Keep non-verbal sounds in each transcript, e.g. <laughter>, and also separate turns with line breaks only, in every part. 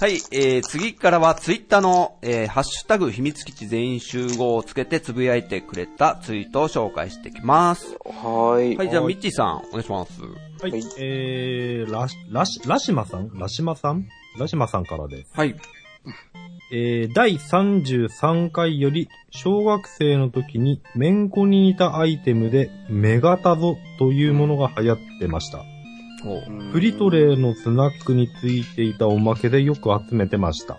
はい、えー、次からはツイッターの、えー、ハッシュタグ秘密基地全員集合をつけてつぶやいてくれたツイートを紹介していきます。
はい。
はい、じゃあ、ミッチーさん、お願いします。
はい
はい。
えー、ラシ、ラシ、ラシマさんラシマさんラシマさんからです。
はい。
えー、第33回より、小学生の時に、めんこに似たアイテムで、メガタゾというものが流行ってました。
おう
うん
プリトレーのスナックについていたおまけでよく集めてました。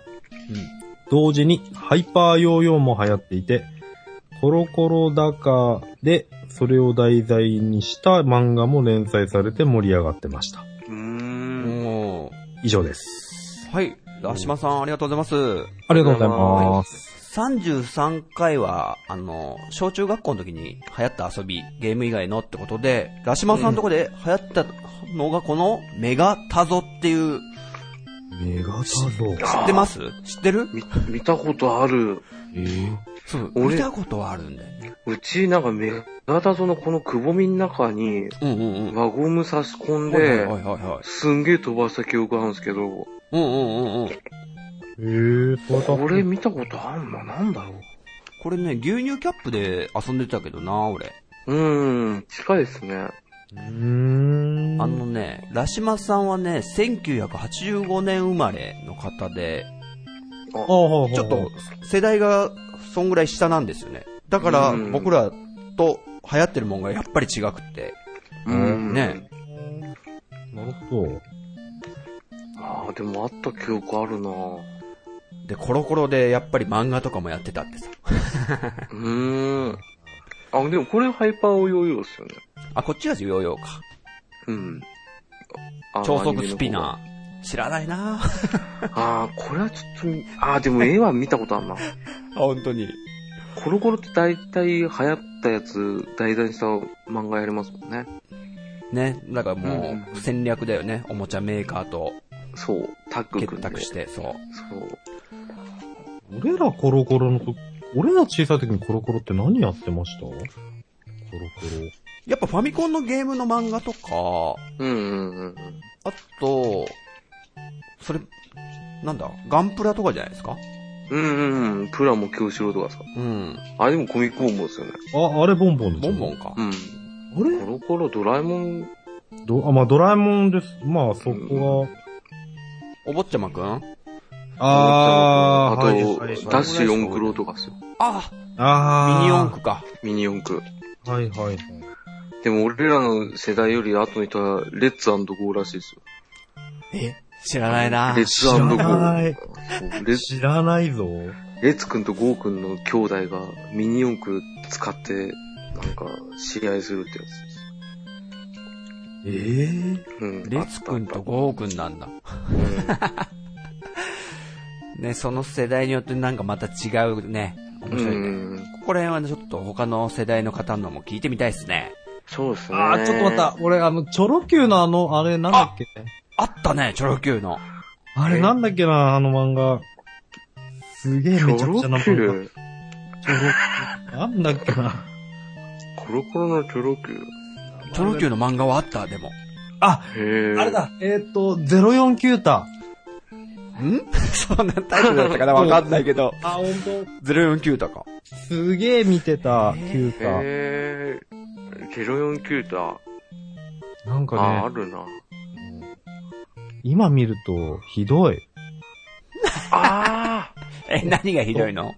同時にハイパーヨーヨーも流行っていて、コロコロダカでそれを題材にした漫画も連載されて盛り上がってました。
うー
うん
ん。
おう
以上です。
はい、ラシマさん、ありがとうございます。
ありがとうございます。
33回は、あの、小中学校の時に流行った遊び、ゲーム以外のってことで、ラシマさんのとこで流行ったのがこのメガタゾっていう、
メガタゾ
知ってます知ってる
み見たことある。
えー、
そう、
俺
見たことはあるんだよね。
うちなんかメガタゾのこのくぼみの中に
うんうんうん。
輪ゴム差し込ん
はい
で、
はいはいはい。
すんげえ飛ばした記憶あるんですけど、
うんうんうんうん。
えー、それ
これ見たことあるのなんだろ
これね、牛乳キャップで遊んでたけどな、俺。
う。うーん、近いですね。
うーん。
あのね、ラシマさんはね、1985年生まれの方で、
あー、はあ、はあ
ちょっと、世代がそんぐらい下なんですよね。だから
うん
僕らと流行ってるもんがやっぱり違くって。
うん。
ね
なるほど。
ああ、でもあった記憶あるなう
で、コロコロでやっぱり漫画とかもやってたってさ。
ーん。あ、でもこれハイパーをヨーヨーですよね。
あ、こっちがヨーヨーか。
うん。
超速スピナー。
ー。
知らない <laughs> な
ああ、これはちょっと、ああ、でも絵は見たことあ
<laughs>
るな。
本当に。
コロコロって大体流行ったやつ題材にした漫画やりますもんね。
ね、だからも
うん
う戦略だよね。おもちゃメーカーと
そう、タッグ組
結
んで。
託して、そう。
そう。
俺らコロコロの時、俺ら小さい時にコロコロって何やってましたコロコロ。
やっぱファミコンのゲームの漫画とか、
うんうんうんうん。
あと、それ、なんだ、ガンプラとかじゃないですか
うんうんうん。プラモ京志郎とかさ。
うん。
あれでもコミックボンボンですよね。
あ、あれボンボンです
ボ
よ
ン
ね
ボンか。
うん。
あれ
コロコロドラえもん、
ど、あ、まあ、ドラえもんです。まあ、そこは。
お坊ちゃまくん
あと、
ー
ダ
はいはいはい
ッシュ四クロとかっすよ。
あ
あー
ミニ四駆か。
ミニ四駆。
はいはい。
でも俺らの世代より後の人は、レッツゴーらしいですよ。
え知らないな
レッツゴー。
知らない
そうレッ
知らないぞ。
レッツくんとゴーくんの兄弟がミニ四駆使って、なんか、知り合いするってやつです。
ええー。
うん。
レツくんと
ー
ゴーくんなんだ。
くん。
ね、その世代によってなんかまた違うね。面白いね。
うん
ここら辺はね、ちょっと他の世代の方のも聞いてみたいですね。
そうですね。
あー、ちょっと待った。俺、あの、チョロ Q のあの、あれなんだっけ
あったね、チョロ Q の。
あれなんだっけな、あの漫画。すげえめ
ち
ち
ょ
ゃ
ろ
く
チ
ちゃな
ョロ
漫画。
Q。
なんだっけな。
コロコロのチョロ Q。
チョロ Q の漫画はあった、でも。
あ、
へえ。
あれ。だ。えーっと、049キュータ。
ん <laughs> そんなタイトルだったかなわかんないけど。
あ、ほんと。
049とか。
すげえ見てた、キュータ。
へえ。049だ。
なん
あ
か
あ、あ
ね、
るな。
今見ると、ひどい。
あ
え、何がひどいの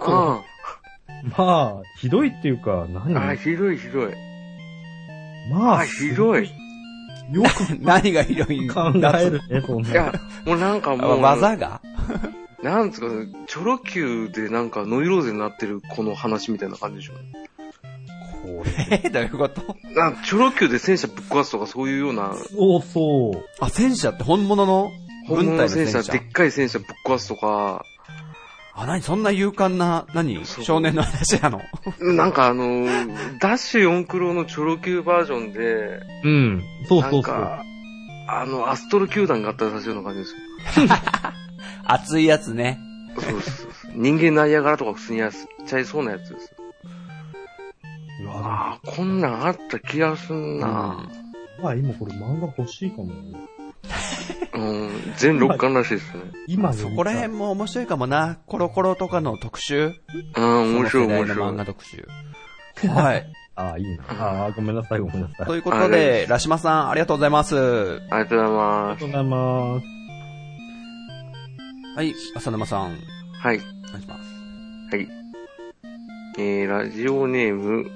あ
まあ、ひどいっていうか、何
うん。あ、ひどいひどい。
ま
あ、
あ、
ひどい。い
よく
<laughs> 何がひどいんだ
考えるね、そんな。
や、もうなんか
あ
もう、
技が
なんつうか、チョロ Q でなんかノイローゼになってるこの話みたいな感じでしょ。
これ。
え、どういうこと
なんかチョロ Q で戦車ぶっ壊すとかそういうような、
そうそう。
あ、戦車って本物の
本
軍
物
隊の
の
戦
戦
車
車、でっかい戦車ぶっ壊すとか、
あ、何そんな勇敢な、何
そう
少年の話なの
なんかあのー、ダッシュ4クロのチョロ Q バージョンで、
うん。そう
な
そ
ん
うそう。
か、あの、アストロ球団があったらしいような感じですよ。
熱いやつね。
そうそうそう。人間ナイアガラとか普通にやっちゃいそうなやつですよ。
うわ
ああ、こんなんあった気がすんな。
ぁ、今これ漫画欲しいかもね。
うん、全6巻らしいです
<laughs>
ね。
今
そこら辺も面白いかもな。コロコロとかの特集。
うん、面白
その
い
世
面
代の漫
白
画
い。
特集。はい。 <laughs>
ああ、いいな。ああ、ごめんなさい、ごめんなさい。あ
ということで、ラシマさん、ありがとうございます。は
ありがとうございま
りがとうございます。
い、浅沼さん、
す。はい。
お願いします。
はい。えー、ラジオネーム、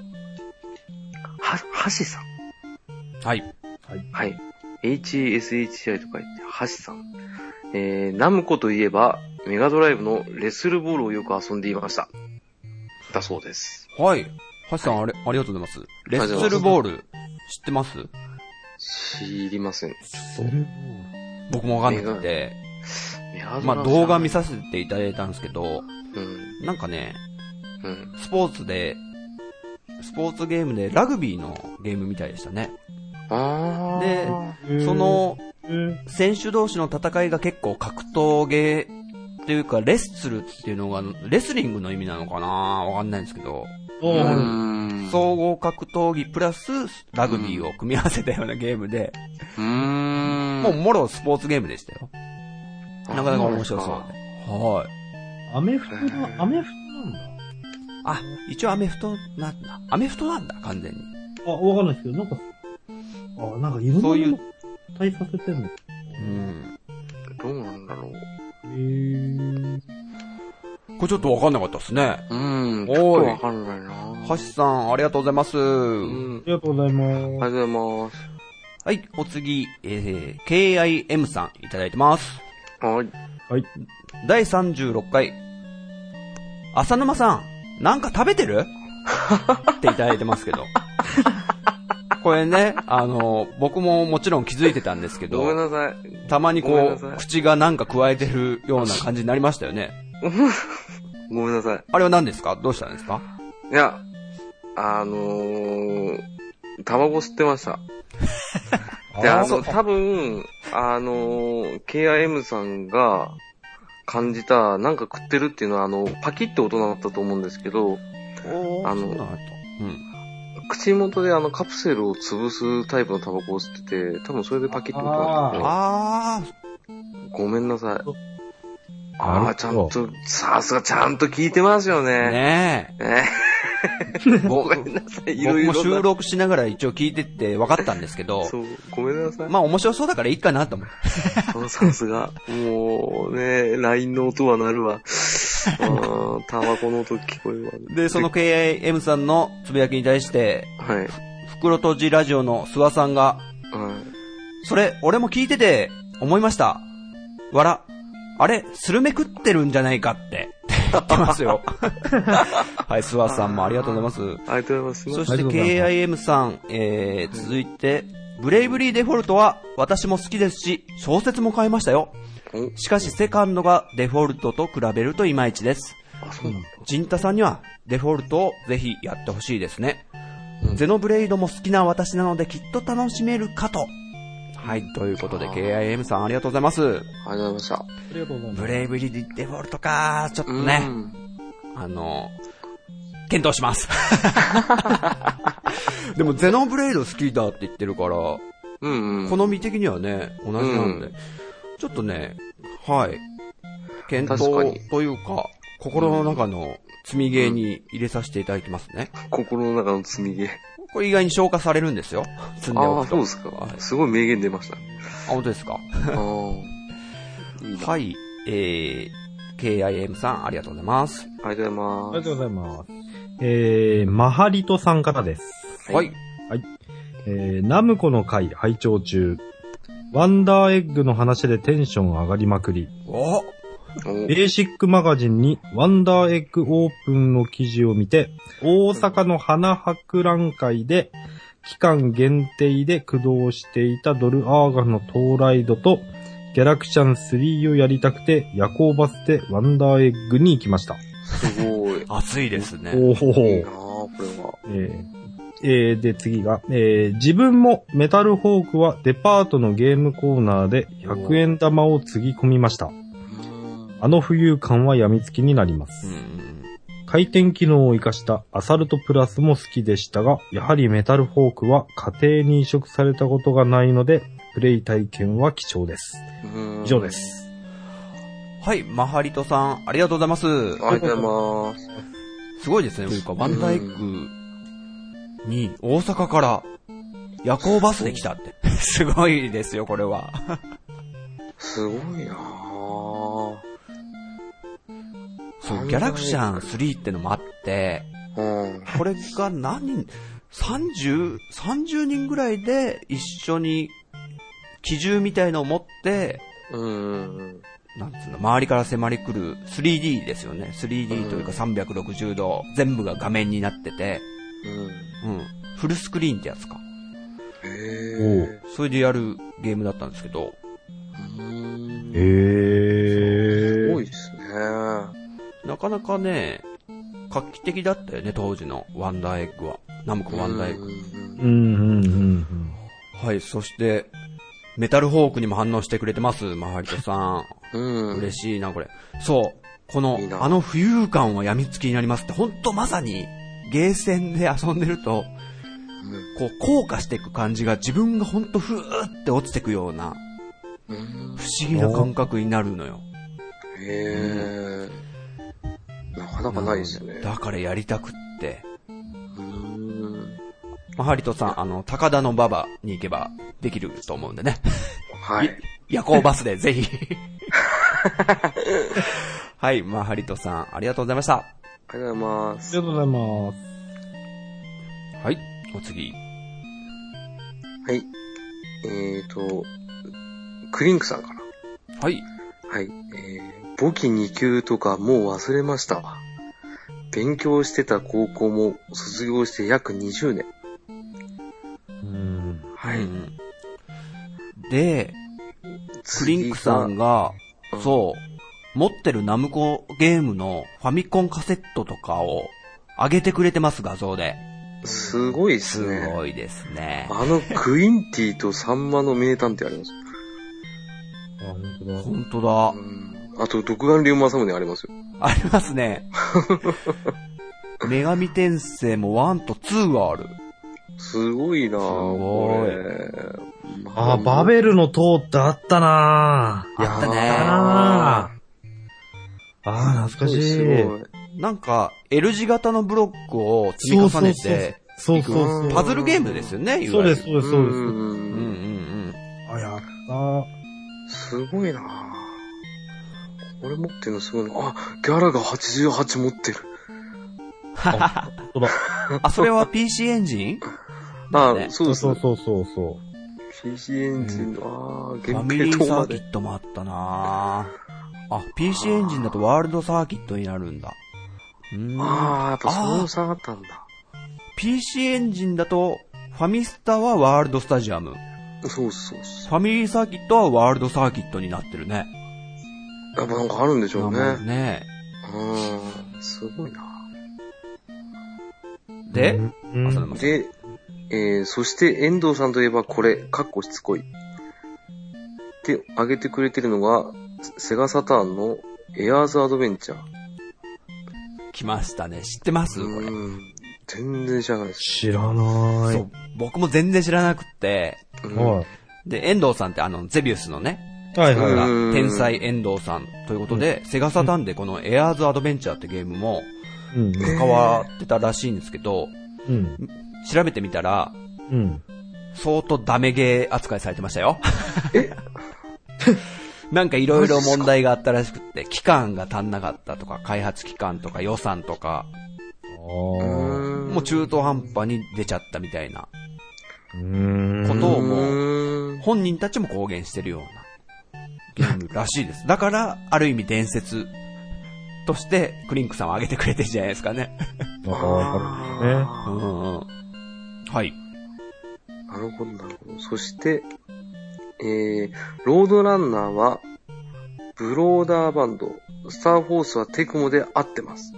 は、はしさん。
はい。
はい。HSHI と書いて、はしさん。えー、ナムコといえば、メガドライブのレッスルボールをよく遊んでいました。だそうです。
はい。橋さん、あれ、ありがとうございます。レッスルボール、知ってます
知りません。
僕もわかんなくて。
メガドライブ
まあ、動画見させていただいたんですけど、
うん、
なんかね、
うん。
スポーツで、スポーツゲームでラグビーのゲームみたいでしたね。
あ
で
ー。
そ、の、
うん
選手同士の戦いが結構格闘芸っていうか、レッスルっていうのが、レスリングの意味なのかなわかんないんですけど、
お
う
ー
ん。
総合格闘技プラスラグビーを組み合わせたようなゲームで、
うーん。
もうもろスポーツゲームでしたよ。
あ
なかなか面白そう
なんですか
で。はい。
アメフトの、アメフ
あ、一応アメフトなんだ。アメフトなんだ、完全に。
トなんだ。あ、わかんないですけど、なんか、あ、なんかいろんな
そういう
もの対させてんの。へ
うん。
どうなんだろう。
ー
これちょっとわかんなかったですね。
うん。ちょ
おい
っとわかんないな
橋さん、ありがとうございます。
うん
あ。りがとうござい
あ
ます。
りがとうございます。
はい、お次、えー、KIM さん、いただいてます。
はい。
はい。
第36回。浅沼さん、なんか食べて
<laughs>
るっていただいてますけど。これね、あの、僕ももちろん気づいてたんですけ
ごめん
ど、
なさい。
たまに
ごめん
こ
なさ
う、
い
口がなんか加えてるような感じになりましたよね。
ごめんなさい。
あれは何ですかどうしたんですか
いや、あのー、タバコ吸ってました。で、あ
そ
の、多分、あのー、KIM さんが感じた、なんか食ってるっていうのは、あの、パキって音だったと思うんですけど、
おー
あの
そうなんだうん。
口元であのカプセルを潰すタイプのタバコを吸ってて、多分それでパキって音だったと
あ
思う。ごめんなさい。
なる
あ
ほ
あ
ど
ー、ちゃんと、さすがちゃんと聞いてます
ー、
よね。
ねえ。
ねごめんなさい、いろ
僕
いろ
も
な。
収録しながら一応聞いてって分かったんですけど、
そう、ごめんなさい。
まあ面白そうだからいいかなと思って。
さすが。もうね、LINE の音は鳴
<laughs>
るわ。うーんタバコの音聞こえるわ。
で、その KIM さんのつぶやきに対して、
はい。
袋とじラジオの諏訪さんが、
は
それ、俺も聞いてて思いました。わら、あれ、スルメ食ってるんじゃないかって言ってます
<laughs>
よ。はい、諏訪さんもありがとうございます。
い。ありがとうございま
そ
す。
し
す
て KIM さん、えー、続いて、ブレイブリーデフォルトは私も好きですし、小説も買いましたよ。
ません
しかしセカンドがデフォルトと比べるといまいちです。
おあ、そうなんだ。
ジンタさんにはデフォルトをぜひやってほしいですね。
うん
ゼノブレイドも好きな私なのできっと楽しめるかと。はい、ということで
あー
KIM さんありがとうございます。
ありがとうござい
ありがとうございます。
ブレイブリーデフォルトかちょっと
ました。
ね
う、ん。
あの、検討します。 <laughs>
<laughs>
でもゼノブレイド好きだって言ってるから、
うんうん。
好み的にはね、同じなんで、
う
ちょっとね、はい、検
確か
討
に
というか、心の中の積み芸に入れさせていただきますね。
心の中の積み毛。
これ意外に消化されるんですよ。積んで
あ
お
あ、
く
そ
と。
う
あは。
ですか
い
すごい名言出ま
<laughs>
した。
本当ですか。
ああ。いいな。
は
あ
い、えー、KIM さんありがとうございます。
りがとうご
あ
ざい
りが
ま
とうございます。えー、マハリトさんからです。
す。
はい。。
えー、ナムコの会拝聴中。ワンダーエッグの話でテンション上がりまくり、
お
お
ベーシックマガジンにワンダーエッグオープンの記事を見て、大阪の花博覧会で、期間限定で駆動していたドルアーガの到来度と、ギャラクシャン3をやりたくて、夜行バスでワンダーエッグに行きました。
すごい。
暑いですね。
お
いい
ー
なあ、これは。
えーえーで、次が、えー自分もメタルホークはデパートのゲームコーナーで100円玉をつぎ込みました。
うん
あの浮遊感は病みつきになりま
う
す。
ん。
回転機能を活かしたアサルトプラスも好きでしたが、やはりメタルフォークは家庭に移植されたことがないので、プレイ体験は貴重です。
うん
以上で。す。
はい、マハリトさん、ありがとうございます。
ありがとうございます。
すごいですね。というか、バンダイクに大阪から夜行バスで来たって。 <laughs> すごいですよ、これは。
すごいなぁ。
そう、ギャラクシャン3ってのもあって、
うん。
これが何人、30、30人ぐらいで一緒に機銃みたいのを持って、
うん。
なんつうの、周りから迫り来る 3D ですよね。3D というか360度、全部が画面になってて、
うん。
うん。フルスクリーンってやつか。
へぇ
それでやるゲームだったんですけど、
ー。
えー
すごいですね。
なかなかね、画期的だったよね、当時のワンダーエッグは。ナムコワンダーエッグ。
うん
うんうんうん
はい、そして、メタルホークにも反応してくれてます、マハリトさ
うん
ん。。
うん。
嬉しいな、これ。そう。この
いい、な
あの浮遊感は病みつきになりますって、ほんとまさに、ゲーセンで遊んでると、こう、硬化していく感じが自分がほんとふーって落ちてくような、
うん
不思議な感覚になるのよ。
へぇー。なかなかないですね。
だからやりたくって。
うん。
マハリトさん、あの、高田の馬場に行けばできると思うんでね。
はい。
夜行バスで、ぜひ。
<laughs>
はい、マハリトさん、ありがとうございました。
ありがとうございま
あ
す。
りがとうございます。
はい、お次。
はい。えーと、クリンクさんから。
はい。
はい。えー、簿記2級とかもう忘れましたわ。勉強してた高校も卒業して約20年。
うん。
は
う。んで、クリンクさん
次
が
う、ん
そう、持ってるナムコゲームのファミコンカセットとかを上げてくれてます、画像で。
が、すごいっす
す
ね。
ごいですね。
あの、クインティとサンマの名探偵あります。
あ、本当だ。
本当だ
う。ん。あと、独眼竜馬サムネありますよ。
あります
<laughs>
ね。女神転生も1と2がある。
すごいなぁ、
すごい
これ。ま
あ、バベルの塔ってあったなぁ。
やったね
あーあー、
すご
懐か
い
し
す
い。
ごい。
なんか、L 字型のブロックを積み重ねて、
そうそう
う
そう。
ん
パズルゲームですよね、い
そ
わ
う
ゆ
で
る
す、そうです、
う
そうです。
うん
ん。
うん
あ、やった
すごいなぁ。これ持ってるのすごいなあ、ギャラが88持ってる。
そうだ。
うん。あ、それは PC エンジン
あ、
ね
そうです
そ
ね
う。そうそうそう。
PC エンジンの、ああ、
ファ
原
ミリー
型
サ
塔ま
ーキ
で。
ットもあったなぁあ、PC エンジンだとワールドサーキットになるんだ。うーん。
ああ、やっぱその差があったんだ。
PC エンジンだと、ファミスタはワールドスタジアム。
そうそうそ
ファミリーサーキットはワールドサーキットになってるね。
う。やっぱなんかあるんでしょうね。
名前ね。
うん。すごいな。
で、
うん
浅沼さん。
で、えー、そして遠藤さんといえばこれ、かっこしつこい。で、あげてくれてるのが、セガサターンのエアーズアドベンチャー。
来ましたね。知ってますこれ。
うん。全然知らないです。
知らな
そう。僕も全然知らなくって。
うん
い。は
で、遠藤さんってあの、ゼビウスのね、
い。はいはい。
が
はい
うん
天才遠藤さんということで、セガサターンでこのエアーズアドベンチャーってゲームも
うん。
関わってたらしいんですけど、
うん。
調べてみたら、
うん。
相当ダメゲー扱いされてましたよ。 <laughs> なんかいろいろ問題があったらしくって、期間が足んなかったとか、開発期間とか予算とか、
ああ。
もう中途半端に出ちゃったみたいな
うーん。
ことをもう、
う
本人たちも公言してるようなゲームらしいです。だから、ある意味伝説として、クリンクさんを挙げてくれてるじゃないですかね。
なんかわかるね。
うんうんうん。はい。
なるほど、なるほど。そして、えー、ロードランナーは、ブローダーバンド、スターフォースはテクモで合ってます。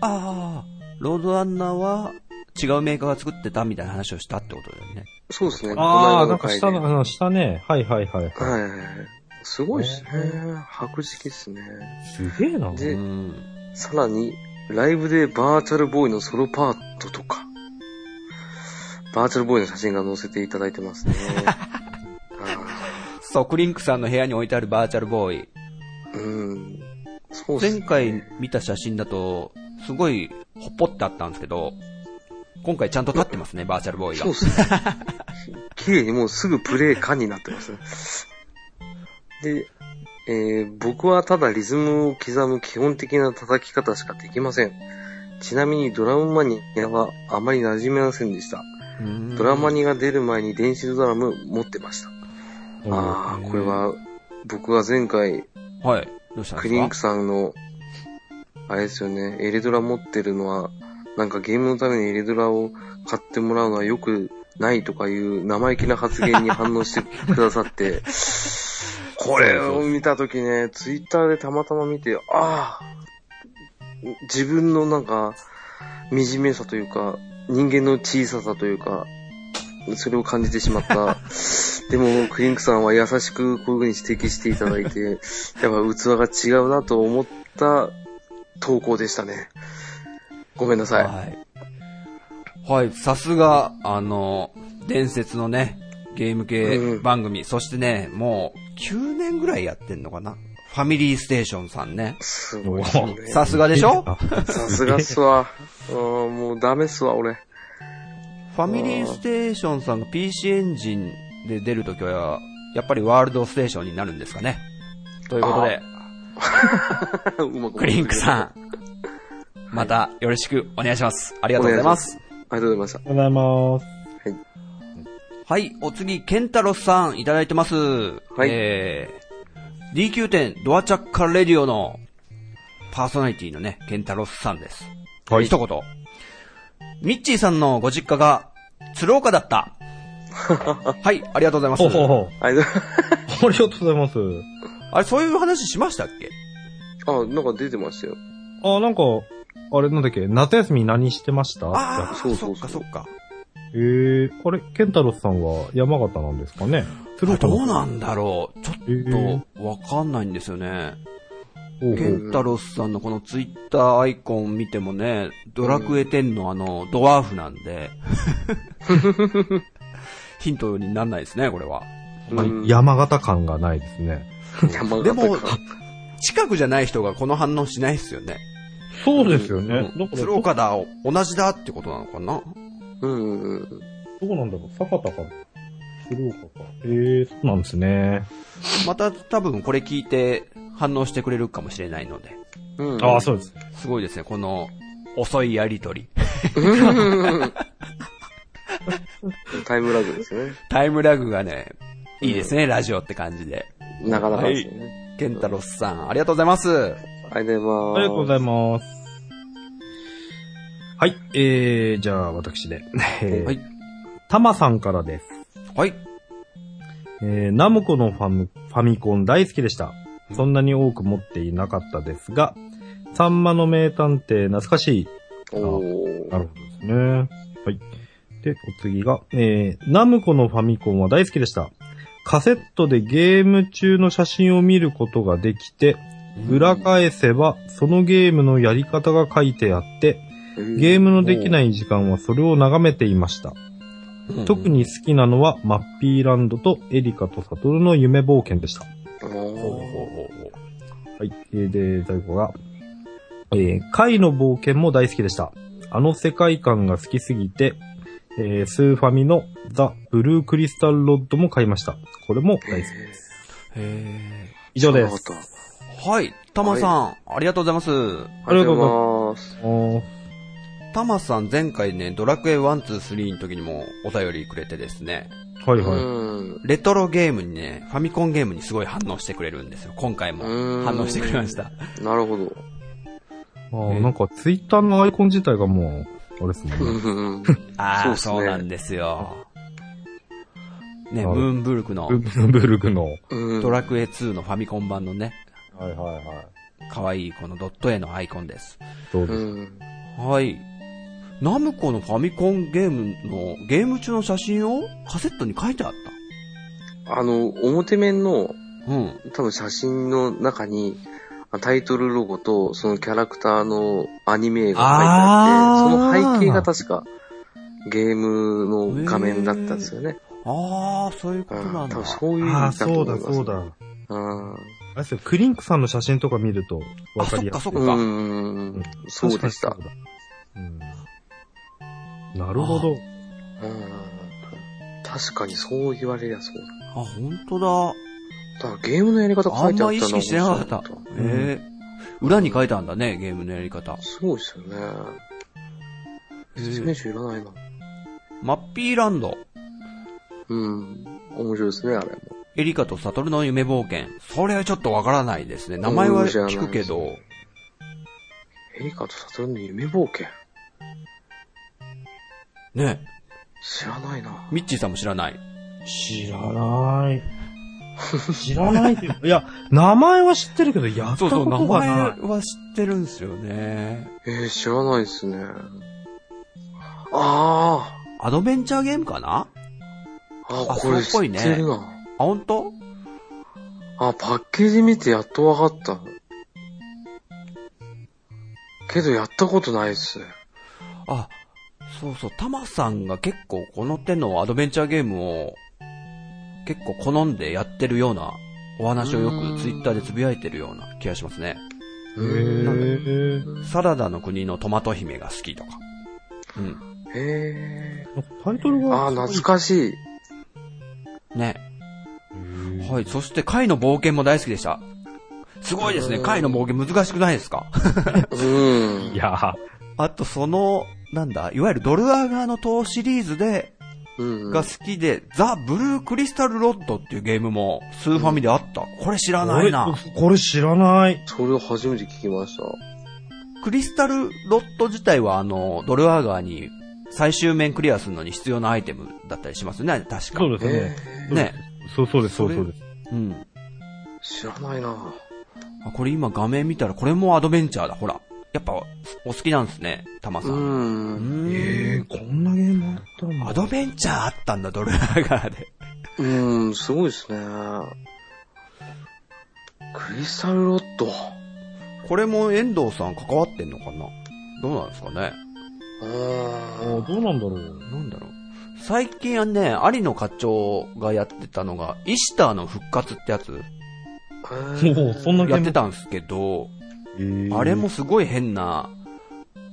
ああ、ロードランナーは違うメーカーが作ってたみたいな話をしたってことだよね。
そうですね。
ああ、なんか
回
下
で
の、あの下ね。はいはいは
は
い。
いはいはい。すごいですね
へ。
白色ですね。
すげえな。
で
うん。
さらに、ライブでバーチャルボーイのソロパー
<laughs>
トとか、バーチャルボーイの写真が載せていただいてますね。
そう、クリンクさんの部屋に置いてあるバーチャルボーイ。
うん。そうです
前
ね。
回見た写真だと、すごい、ほっぽってあったんですけど、今回ちゃんと立ってますね、バーチャルボーイ
そう
が
で。すね。 <laughs> 綺麗にもうすぐプレイ感になってますね。で、えー僕はただリズムを刻む基本的な叩き方しかできません。ちなみにドラムマニアはあまり馴染めませんでした。ドラマ
に。
ニが出る前に電子ドラム持ってました。ああ、これは、僕は前回、
はい。どうしたん
ク
で
リン
す
ク
か
さんの、あれですよね、エレドラ持ってるのは、なんかゲームのためにエレドラを買ってもらうのはよくないとかいう生意気な発言に反応してくださ
<laughs>
って、これを見たときね、ツイッターでたまたま見て、ああ、自分のなんか、惨めさというか、人間の小ささというか、それを感じてしま
<laughs>
った。でも、クリンクさんは優しくこういう風に指摘していただいて、やっぱ器が違うなと思った投稿でしたね。ごめんなさい。
はい。はい、さすが、あの、伝説のね、ゲーム系番組、そしてね、もう、9年ぐらいやってんのかなファミリーステーションさんね。
すごいですね。
さすがでしょ
あ
さすがっすわ。うんもうダメっすわ、俺。
ファミリーステーションさんが PC エンジンで出るときは、やっぱりワールドステーションになるんですかね。ということで、
うまく
<laughs> クリンクさん、またよろしくお願いします。ありがとうございます。
ん。ありがとうございました。
りがとうござい
はい、お次、ケンタロスさんいただいてます。
い
えー、DQ 店ドアチャッカレディオのパーソナリティのね、ケンタロスさんです。
ます。はい。
一言。ミッチーさんのご実家が鶴岡だった。はい、ありがとうございます。
ほうほうほう。
ありがと
ありがとうございます。
あれ、そういう話しましたっけ
うあ、なんか出てましたよ。
あ、なんか、あれなんだっけ、夏休み何してました
ああ、
そ
そうう
そ
そうう
そう
そっかそっか。
えー、あれ、ケンタロスさんは山形なんですかね鶴岡
どうなんだろうちょ
えー
っ、と、わかんないんですよね。
ほう
ケ
ほう
ンタロスさんのこのツイッターアイコン見てもね、ドラクエ10のあの、ドワーフなん <laughs> で、ヒントになんないですね、これは。
うん
山形感がないですね。
山形
でも
か、
近くじゃない人がこの反応しないですよね。
そうですよ
う
ね。
ん
だから
鶴岡だ、同じだってことなのかな
うんうんうん。
どうなんだろう坂田か鶴岡か。えー、そうなんですね。
また多分これ聞いて反応してくれるかもしれないので、
うん
ああ、そうです。
すごいですね、この、遅いやりとり。
<laughs> タイムラグですね。
タイムラグがね、いいですね、ラジオって感じで。
なかなかですよね。
ケンタロスさん、ありがとうございます。
ありがとうご
あ
ざいます。
りがとうございます。はい、えー、じゃあ私で。え
はい
ー、。たまさんからです。
はい。
えー、ナムコのファムファミコン大好きでした。そんなに多く持っていなかったですが、サンマの名探偵懐かしい。
おー
なるほどですね。はい。で、お次が、えー、ナムコのファミコンは大好きでした。カセットでゲーム中の写真を見ることができて、裏返せば、そのゲームのやり方が書いてあって、ゲームのできない時間はそれを眺めていました。特に好きなのは、マッピーランドとエリカとサトルの夢冒険でした。
ほうほうほ
お
うほう。
はい。えーで、最後が、えー、貝の冒険も大好きでした。あの世界観が好きすぎて、えースーファミのザ・ブルークリスタルロッドも買いました。これも大好きです。
へ
以上です。
あ
ーはい。たまさん、ありがとうございます。
りがとうございます。
おー
たまさん前回ね、ドラクエ1、2、3の時にもお便りくれてですね、
は
う
いはい。
ん。
レトロゲームにね、ファミコンゲームにすごい反応してくれるんですよ。今回も
うーん
反応してくれました。
なるほど。
あーなんかツイッターのアイコン自体がもう、あれですね。
うんうんうん
ああ、
そうっすね
そうなんですよ。ね、
あ
ムーンブルクの
ブブルグの。はい
うん
ドラクエ2のファミコン版のね、
はいはい。
可愛いこのドット絵のアイコンです。
そう
う
です。
ん。
はい。ナムコのファミコンゲームのゲーム中の写真をカセットに書いてあっ
あの、表面の
た。うん。
多分写真の中に、タイトルロゴと、そのキャラクターのアニメが書いてあって、
あー
その背景が確か、ゲームの画面だったんですよね。
ああ、そういうこと
あ
な
あ、
ん
多
だ。
分そういう意
ああ、
味だと
そ
思いま
うだ、
す。
そうだ。
だ。
あ
あ
れですよ、クリンクさんの写真とか見るとわかりやすい。
あそっ
あ。
かそっ
う
か
ん。そうでした
確。かにそうだうんなるほど。
うん確かにそう言われりゃそうだ。
あ、本当
だからゲームのやり方
だ。あ
書い
ん
てあ
ま
った
意識してなかった
面白か。
ん
ええ裏に書いたんだね、ゲームのやり方。
そうですよね。
え
説
え
明書いらないな。
マッピーランド。
うん。面白いですね、あれも。
エリカとサトルの夢冒険。それはちょっとわからないですね。名前は聞くけど。
エリカとサトルの夢冒険。
ね。
知らないな。
ミッチーさんも知らない。
知らない。知らないって <laughs> いう。いや、名前は知ってるけど、やった
そう
こ
そう、
と
名
が
前
ない。
は知ってるんですよね。
えー、知らないですね。あ
アドベンチャーゲームかな
あ。あ、
あ
これ
そう
知
っぽ
っ
いね
てるな。
あ、本当？
あ、パッケージ見てやっとわかった。けどやったことないっすね。
あ、そうそう、タマさんが結構この手のアドベンチャーゲームを結構好んでやってるようなお話をよくツイッターでつぶやいてるような気がしますね。
へ
うん
ー。
サラダの国のトマト姫が好きとか。うん。
へ
タイトル
ー
が。
あー、懐かしい。
ね。
へー
はい。そして、貝の冒険も大好きでした。すごいですね。貝の冒険難しくないですか
うん。
いやー、
あと、その、なんだ、いわゆるドルアガーの塔シリーズで、
うん
が好きで、ザ・ブルークリスタルロッドっていうゲームも、スーファミであった。これ知らないな。
これ。これ知らない。
それを初めて聞きました。
クリスタルロッド自体は、あの、ドルアーガーに最終面クリアするのに必要なアイテムだったりしますよね、確か。
そうです
え
ね。
ー
ね。
そうそうです、
そ
そ
うれ
そうです。
うん。
知らないな
あ、これ今画面見たら、これもアドベンチャーだ、ほら。やっぱ、お好きなんですね、タマさ。
うん
うー
ん。
ん
えー、こんなゲームあったんだ。
アドベンチャーあったんだ、ドルアーガーで。
うん、すごいですね。クリスタルロッド。
これも遠藤さん関わってんのかなどうなんですかね
あー
あ
どうなんだろう。
なんだろう。最近はね、有野課長がやってたのが、イシターの復活ってやつ、
あ。
もう、そんなゲ
や
ー
っ
ム
て。たんですけど、
えー
あれもすごい変な、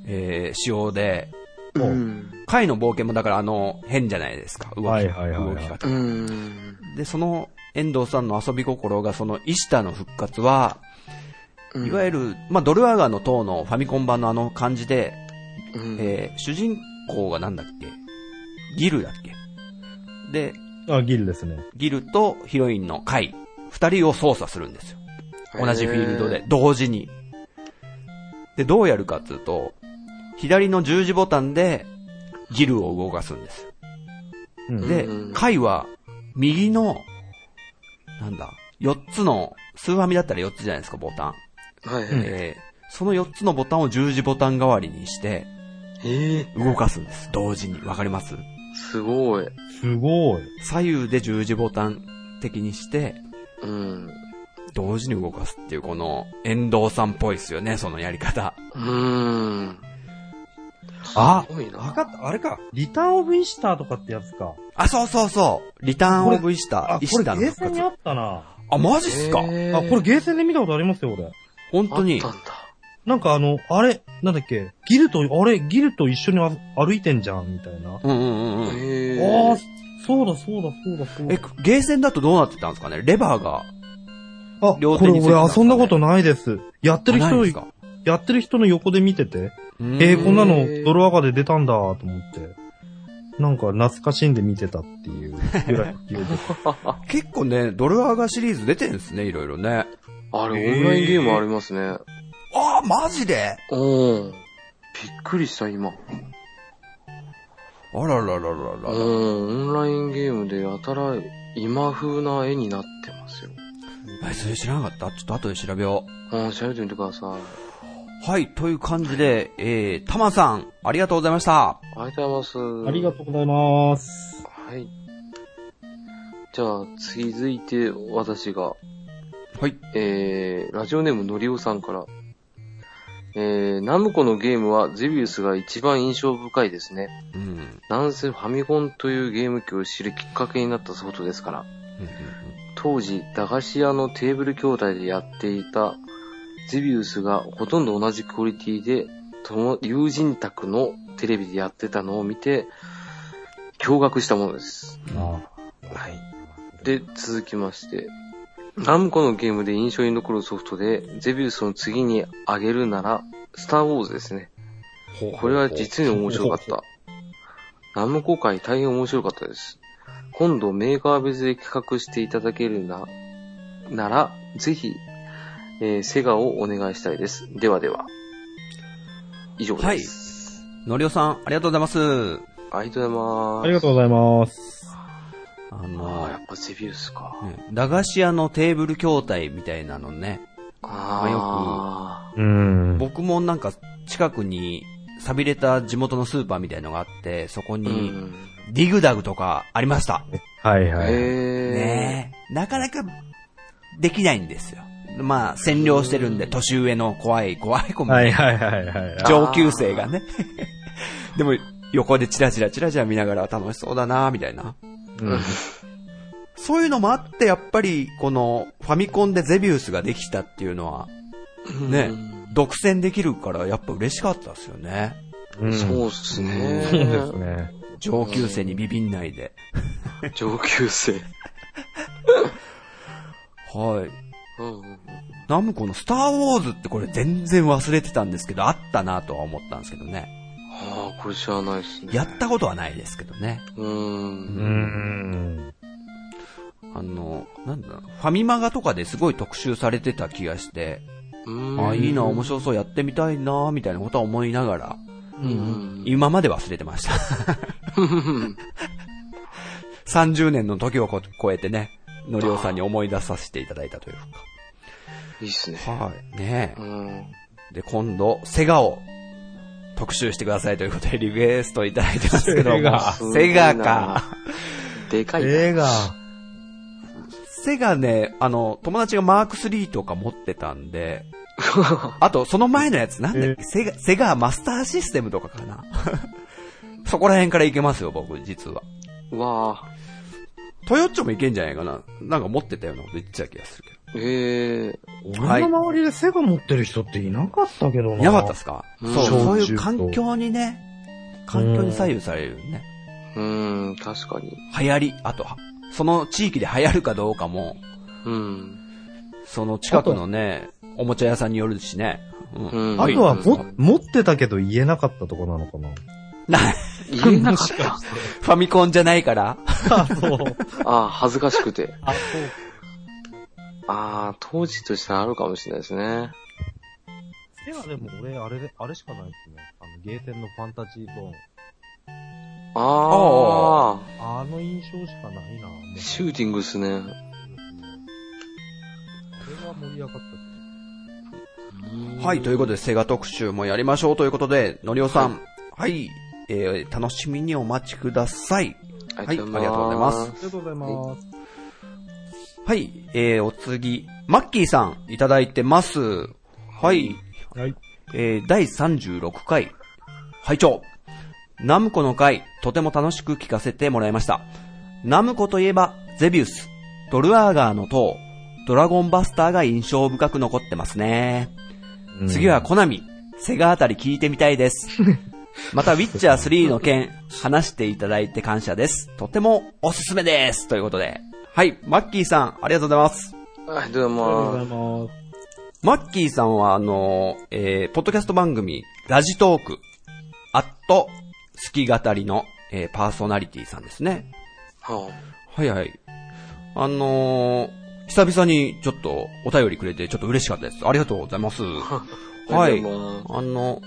えー、仕様で、
うん。
貝の冒険もだからあの、変じゃないですか、動き,、
はいはいはいは
動
い
き方
う。ん。
で、その、遠藤さんの遊び心が、その、イシタの復活は、いわゆ
る、
る、まあ、ドルアーガーの塔のファミコン版のあの感じで、
うん
えー、主人公がなんだっけギルだっけで、
あ、ギルですね。
ギルとヒロインのカイ、二人を操作するんですよ。同じフィールドで、。同時に。で、どうやるかっていうと、左の十字ボタンで、ギルを動かすんです。
うん
で
うん、
カイは、右の、なんだ、四つの、スーファミだったら四つじゃないですか、ボタン。
はい。
うん
えーその四つのボタンを十字ボタン代わりにして、
ええ、
動かすんです。同時に。わかります
すごい。
すごい。
左右で十字ボタン的にして、
うん。
同時に動かすっていう、この、遠藤さんっぽいっすよね、そのやり方。
うん。
あ
すごいな。
わかった、あれか。リターンオブイースターとかってやつか。
あ、そうそうそう。リターンオブイシタ
あ、、
イシ
これ
タの
ゲー
復
センに
活
あ。ったな。
あ、マジっすか。
えー
あ、これゲーセンで見たことありますよ、俺。
本当に
あ。ったんだ。
なんかあの、あれ、なんだっけ、ギルと、あれ、ギルと一緒にあ歩いてんじゃん、みたいな。あ
うんうんうんうん。
ええ。
あー、そうだそうだそうだそうだ
え。、ゲーセンだとどうなってたんですかねレバーが。
あ、
両
こ
手
れ
についてたん
俺
ですかね
遊んだことないです。やってる
ないん
人
です、か
やってる人の横で見てて、
えー
えー、こんな
へ
の
ー
ドルアガで出たんだと思って。なんか懐かしんで見てたっていうぐらいの記憶
結構ね、ドルアーガシリーズ出てるんですね、いろいろね。
あれ、オンラインゲームありますね。
あー、マジで
うん。びっくりした、今。
あららららら
う
ら。
ん、オンラインゲームでやたら今風な絵になってますよ。
え、それ知らなかったちょっと後で調べよ
うん、調べてみてください。
う。はい、という感じで、えー、タマさん、ありがとうございました。
ありがとうございます。
ありがとうございます。
はい。じゃあ、続いて私が、
はい。
えー、ラジオネームのりおさんから、えー、ナムコのゲームはゼビウスが一番印象深いですね。
うん。
なんせファミコンというゲーム機を知るきっかけになったソフトですから。
うん
当時、駄菓子屋のテーブル筐体でやっていたゼビウスがほとんど同じクオリティで、その友人宅のテレビでやってたのを見て、驚愕したものです。
あ
はい。で、続きまして。ナムコのゲームで印象に残るソフトで、ゼビウスの次に挙げるなら、スターウォーズですね。
ほう
これは実に面白かった。ナムコ会大変面白かったです。今度メーカー別で企画していただけるな、なら、ぜひ、えーセガをお願いしたいです。ではでは。以上です。
のりおさん、ありがとうございます。
はい。ありがとうございます。
ありがとうございます。
あ
あ
の
あ、やっぱゼビウスか。
ね駄菓子屋のテーブル筐体みたいなのね、
あ
うん。
僕もなんか近くに寂れた地元のスーパーみたいのがあって、そこ
あ、よく。う
に
ん。
ディグダグとかありました。
はい
へ
はい。
ねえ、なかなかできないんですよ。まあ、占領してるんで、年上の怖い怖い子も
はいはいはいはい。
上級生がね。 <laughs> でも、横でチラチラチラチラ見ながら楽しそうだなみたいな。
うん
<laughs> そういうのもあって、やっぱり、この、ファミコンでゼビウスができたっていうのは、
え
ね、独占できるから、やっぱ嬉しかったですよね。
うん
そうっすね。
そうですね。
上級生にビビんないで。
上級生。
はい。
うんうん。
ナムコのスターウォーズってこれ全然忘れてたんですけど、あったなとは思ったんですけどね。
ああ、これ知らないですね。
やったことはないですけどね。
うーん。
うん。
あの、なんだろう、ファミマガとかですごい特集されてた気がして、
うーん
あ、いいな、面白そう、やってみたいな、みたいなことは思いながら、
うん。
今まで忘れてました。30年の時をこ超えてね、のりおさんに思い出させていただいたという
<laughs> いいっすね。
か。はい。ね
うん。
え。で、今度、セガを特集してくださいということでリクエストいただいてますけども。
セガ
セガか。
でかいな。
映画。
セガね、あの、友達がマーク3とか持ってたんで、あと、その前のやつ、なんだっけ、セガ、セガマスターシステムとかかな。 <laughs> そこら辺からいけますよ、僕、実は。
うわあ。
トヨッチョもいけんじゃないかな。なんか持ってたようなこと言ってた気がするけ
ええ
はい
俺の周りでセガ持ってる人っていなかったけど
ど。
な。
いなかったっすか
う
そ
ん
う、
小
そうい
中
う
と
環境にね、環境に左右されるね。
うーん、確かに。
流行り、あとは、その地域で流行るかどうかも、
うん。
その近くのね、おもちゃ屋さんによるしね。うん。
うん
あとは
も
も、持ってたけど言えなかったとこなのかな。
<laughs> な、
言えなかった。
ファミコンじゃないから。
あ、そう。
ああ、恥ずかしくて。
あ、そう。
ああ、当時としてはあるかもしれないですね。
セガでも俺、あれで、あれしかないですね。あの、ゲーテンのファンタジーゾーン。
ああ、
あの印象しかないな。もう
シューティングっすね。
これは盛り上がったけど。
はい、ということで、セガ特集もやりましょうということで、のりおさん。はい、えー、楽しみにお待ちください。は
あ
いありがとうございます
ありがとうございます。
はい、えー、お次、マッキーさん、いただいてます。はい、
はい。
えー、第36回、拝聴ナムコの回、とても楽しく聞かせてもらいました。ナムコといえば、ゼビウス、ドルアーガーの塔、ドラゴンバスターが印象深く残ってますね。次はコナミ、セガあたり聞いてみたいです。また、ウィッチャー3の件、話していただいて感謝です。とてもおすすめです。ということで。はい、マッキーさん、ありがとうございます。
ありがとう
ありがとう
ござ
ござ
い
います。
マッキーさんは、あの、えー、ポッドキャスト番組、ラジトーク、アット、好き語りの、えー、パーソナリティさんですね。
ます。
はいはい。あのー、久々にちょっとお便りくれて、ちょっと嬉しかったです。ありがとうございます。 <laughs> は
あり
い
がとうございま。
あの、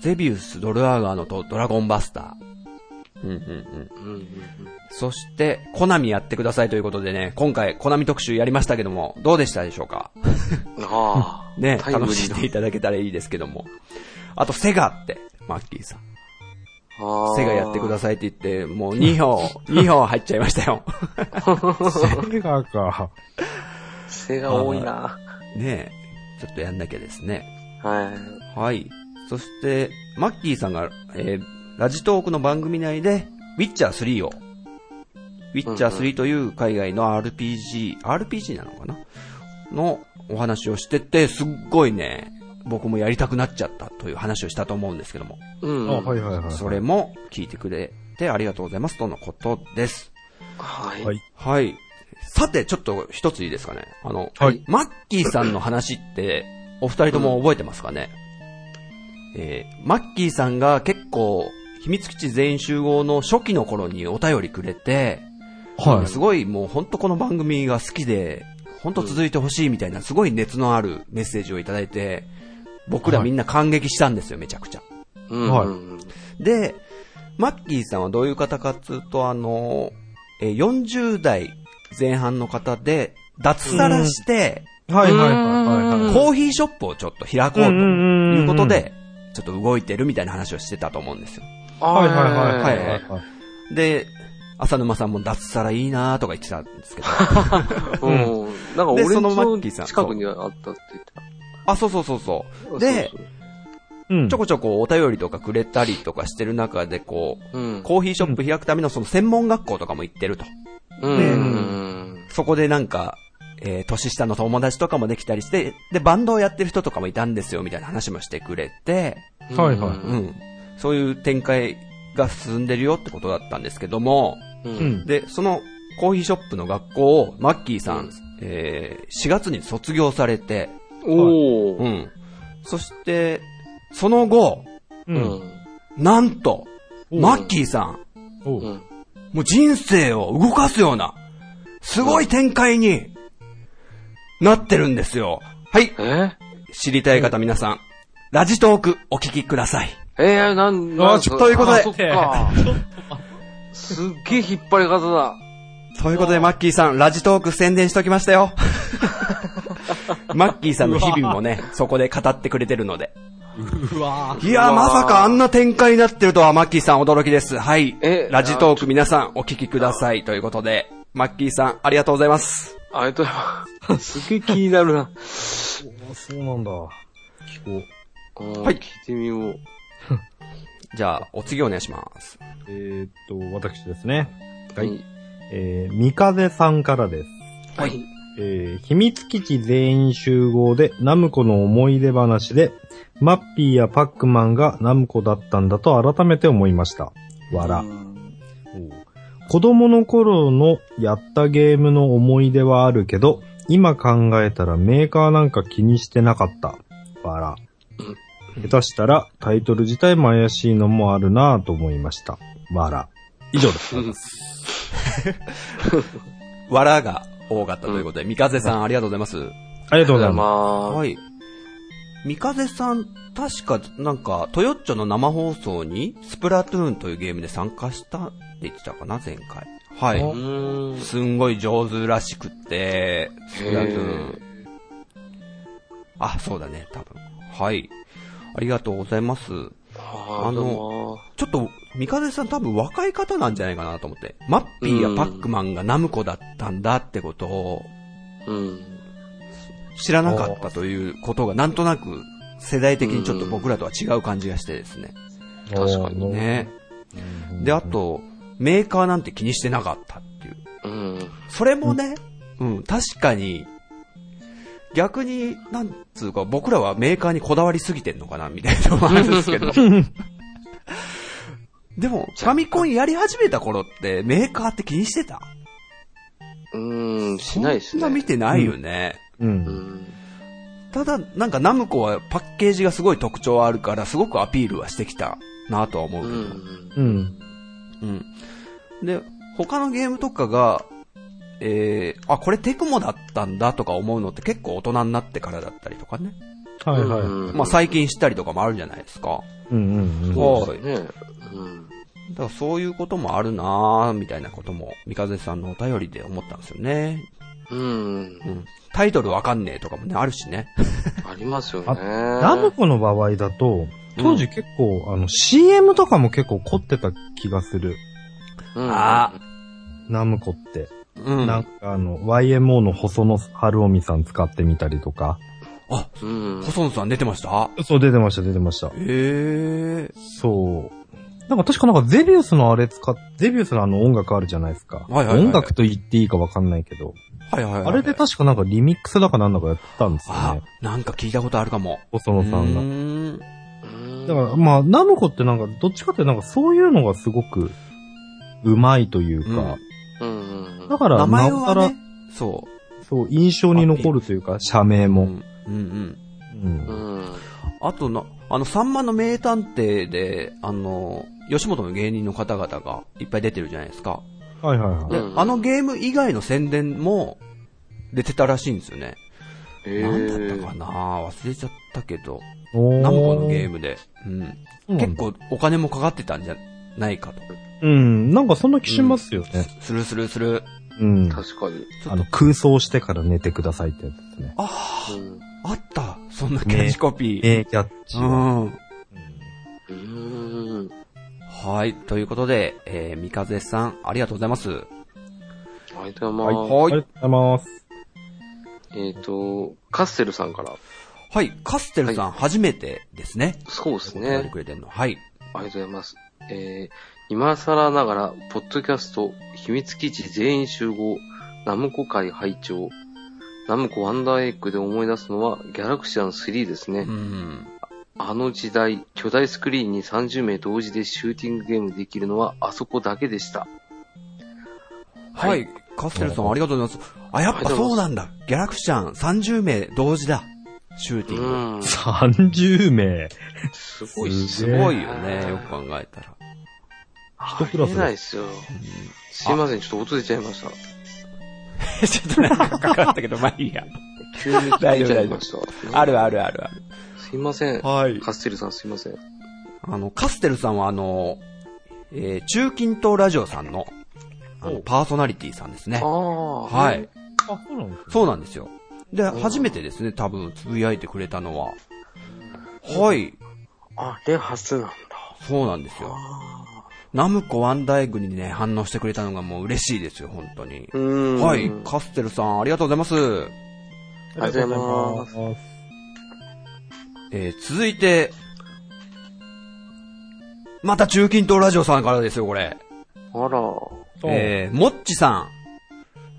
ゼビウス、ドルアーガーのとドラゴンバスター。うんうんうん。
うんうん
そして、コナミやってくださいということでね、今回コナミ特集やりましたけども、どうでしたでしょうか
うんああ。
ね、
タイムリ
楽
ー
しん
な
でいただけたらいいですけども。あと、セガって、マッキーさん。
ああ
セガやってくださいって言って、もう2票、2票入っちゃいましたよ。 <laughs>
セガか。
セガ多いな。
ねえ、ちょっとやんなきゃですね。
ははい。
はい。そして、マッキーさんが、えーラジトークの番組内で、ウィッチャー3を、ウィッチャー3という海外の RPG、RPG なのかなのお話をしてて、すっごいね、僕もやりたくなっちゃったという話をしたと思うんですけども、
うん。
あ、はいはいはい。
それも聞いてくれてありがとうございますとのことです。
はい。
は
はいい。
はい。さて、ちょっと一ついいですかね。あの、
はい
マッキーさんの話って、お二人とも覚えてますかね、えー、マッキーさんが結構、秘密基地全員集合の初期の頃にお便りくれて、
はい。
すごいもう本当この番組が好きで、本当続いてほしいみたいな、すごい熱のあるメッセージをいただいて、僕らみんな感激したんですよ、めちゃくちゃ。
うん。
はい
うん
で、マッキーさんはどういう方かっつうと、あの、えー40代前半の方で、脱サラして、
はいはいはいはいはい。
コーヒーショップをちょっと開こうと
うんうんうんうん
いうことで、ちょっと動いてるみたいな話をしてたと思うんですよ。
はいはい
は
はい
い
は
はい
いはい。
で、浅沼さんも脱サラいいなーとか言ってたんです
<laughs>
けど、
うん。なんか
で
俺
そのマ
の
ッキーさん
近くにあったって言ってた
あ、そうそうそうそう。で、
そうそ
うん
ちょこちょこお便りとかくれたりとかしてる中で、こう、
ううん。
コーヒーショップ開くためのその専門学校とかも行ってると。
うん。
ね
うん
そこでなんか、えー年下の友達とかもできたりして、で、バンドをやってる人とかもいたんですよ、みたいな話もしてくれて、。
はいはいう
ん。そういう展開が進んでるよってことだったんですけども、
う。
うんん。
で、そのコーヒーショップの学校を、マッキーさ
うん
ん、えー4月に卒業されて、
お
う
ー。
ん。そして、その後、
う。
うんん。
なんと、
おう
マッキーさん、
お
う。
うん
もう人生を動かすような、すごい展開になってるんですよ。はい、
え
知りたい方皆さん、ラジトークお聞きください。
えー、なん、
あ
なん
ちょ
っということで
あそっか。すっげえ引っ張り方だ。
ということで、マッキーさん、ラジトーク宣伝しときましたよ。マッキーさんの日々もね、そこで語ってくれてるので。
うわ
いやー、
うわ
ま
ー
さかあんな展開になってるとは、マッキーさん驚きです。はい
え。
ラジトーク皆さん、お聞きください。ということで、マッキーさん、ありがとうございます。
あれと、すげえ気になるな。
ーそうなんだ。聞こう。
は
はい
聞いてみよう。
じゃあ、お次お願いします。
えーっと、私ですね。
はい。
えー、三風さんからです。
はい。
えー、秘密基地全員集合でナムコの思い出話で、マッピーやパックマンがナムコだったんだと改めて思いました。わら
う。ん
子供の頃のやったゲームの思い出はあるけど、今考えたらメーカーなんか気にしてなかった。わら。下手したらタイトル自体も怪しいのもあるなぁと思いました。わら。以上です。
わらが多かったということで、三風さん、ありがとうございます。
ありがとうございま
まあ、
はい。三風さん、確か、なんか、トヨッチョの生放送に、スプラトゥーンというゲームで参加したって言ってたかな、前回。は
う
い。
ーん。
すんごい上手らしくって、スプラトゥーン。あ、そうだね、多分。はい。ありがとうございます。
あ
あ
の
の、ちょっと、三風さん多分若い方なんじゃないかなと思って。マッピーやパックマンがナムコだったんだってことを、
うん。
知らなかったということが、なんとなく、世代的にちょっと僕らとは違う感じがしてですね。
す。
確かに
ね。
うん
で、あと、メーカーなんて気にしてなかったっていう。
うん。
それもね、うん、確かに、逆に、なんつうか、僕らはメーカーにこだわりすぎてんのかな、みたいなのもあるんです
<laughs>
けど。でも、ファミコンやり始めた頃って、メーカーって気にしてた
うん、しないですね。
そんな見てないよね。
う。
うんん。
ただ、なんかナムコはパッケージがすごい特徴あるから、すごくアピールはしてきたなとは思う
う
けど。
ん。
うん。
うん。で、他のゲームとかが、えー、あ、これテクモだったんだとか思うのって結構大人になってからだったりとかね。
はいはい。うん
うん
まあ最近知ったりとかもあるじゃないですか。
うんうん。
そうですね。うん。
だからそういうこともあるなーみたいなことも、三風さんのお便りで思ったんですよね。
うん
う。ん。タイトルわかんねえとかもね、あるしね。
ありますよね。
あナムコの場合だと、当時結構、あの、CM とかも結構凝ってた気がする。
うん
あ
ナムコって。
うん。
なんかあの、YMO の細野晴臣さん使ってみたりとか。
あ、
うん。
細野さん出てました
そう、出てました、出てました。
ええ
そう。なんか確かなんかゼビウスのあれ使っ、ゼビウスのあの音楽あるじゃないですか。
はいはいはい
音楽と言っていいかわかんないけど。
はいはいはい。
あれで確かなんかリミックスだかなんだかやったんですよ
あ
ね。、
なんか聞いたことあるかも。
細野さんが
う。ーん
うん
だから、まあ、ナムコってなんか、どっちかってなんかそういうのがすごく、うまいというか、
うんうんうん
だから、
名前
なおさら、
はね、そ
そう、印象に残るというか、社名
う。う
も。
んうんうん。
うん
うん。
あとな、あの、さんまの名探偵で、あの、吉本の芸人の方々がいっぱい出てるじゃないですか。
はいはいは
で、
うん
あのゲーム以外の宣伝も出てたらしいんですよね。
え
なんだった
ー
かな忘れちゃったけど。
い。お
ナムコのゲー
ム。
ムで。うん。
そうなん
結
だ
構お金もかかってたんじゃないかと。
うん、なんかそんな気しますよね。
するするする。
うん。
確かに。
ちょ
あ
っと
の、空想してから寝てくださいってやつですね。
あ
うん
あ、あった。そんなキャッチコピー。
名キャッチ。
うん。
うん。
はい。ということで、えー、三風さん、ありがとうございます。は
ありがとうございます。
ありがとうございます。
えっ、と、カッセルさんから。
はい。カステルさん、初めてですね。
そうです
お便り
ね。
くれてんの。はい。
ありがとうございます。えー、今更ながら、ポッドキャスト、秘密基地全員集合、ナムコ会拝聴ナムコワンダーエッグで思い出すのは、ギャラクシアン3ですね。
うん。
あの時代、巨大スクリーンに30名同時でシューティングゲームできるのは、あそこだけでした。
は。
はい
カステルさん、ありがとうございます。あ、やっぱそうなんだ。ギャラクシャン30名同時だ。シュー
う
ティング。
ん。
30名。
す
ごいっす
す
ね
ごいよね。よく考えたら。
一
クラスだ
ないですよ。すいません、ちょっと音出ちゃいました。
<laughs> ちょっとなんかかかったけど、まあいいや。
急に聞いちゃい
<laughs>
ました。
あるあるあるある。
すいません。
はい
カッセルさんすいません。
あの、カステルさんはあの、えー中近東ラジオさんの、あの、パーソナリティさんですね
あ。あ。
はい。。
あ、そうなんですか
そうなんですよ。で、
ん
初めてですね、多分、つぶやいてくれたのは。はい。
あれ初なんだ。
そうなんですよ。ナムコワンダイグにね、反応してくれたのがもう嬉しいですよ、本当に。
うーん。
はい。カステルさん、ありがとうございます。
ありがとうございます
ありがとうございます。
えー続いて、また中近東ラジオさんからですよ、これ。
あ <laughs> ら。
えー、もっちさ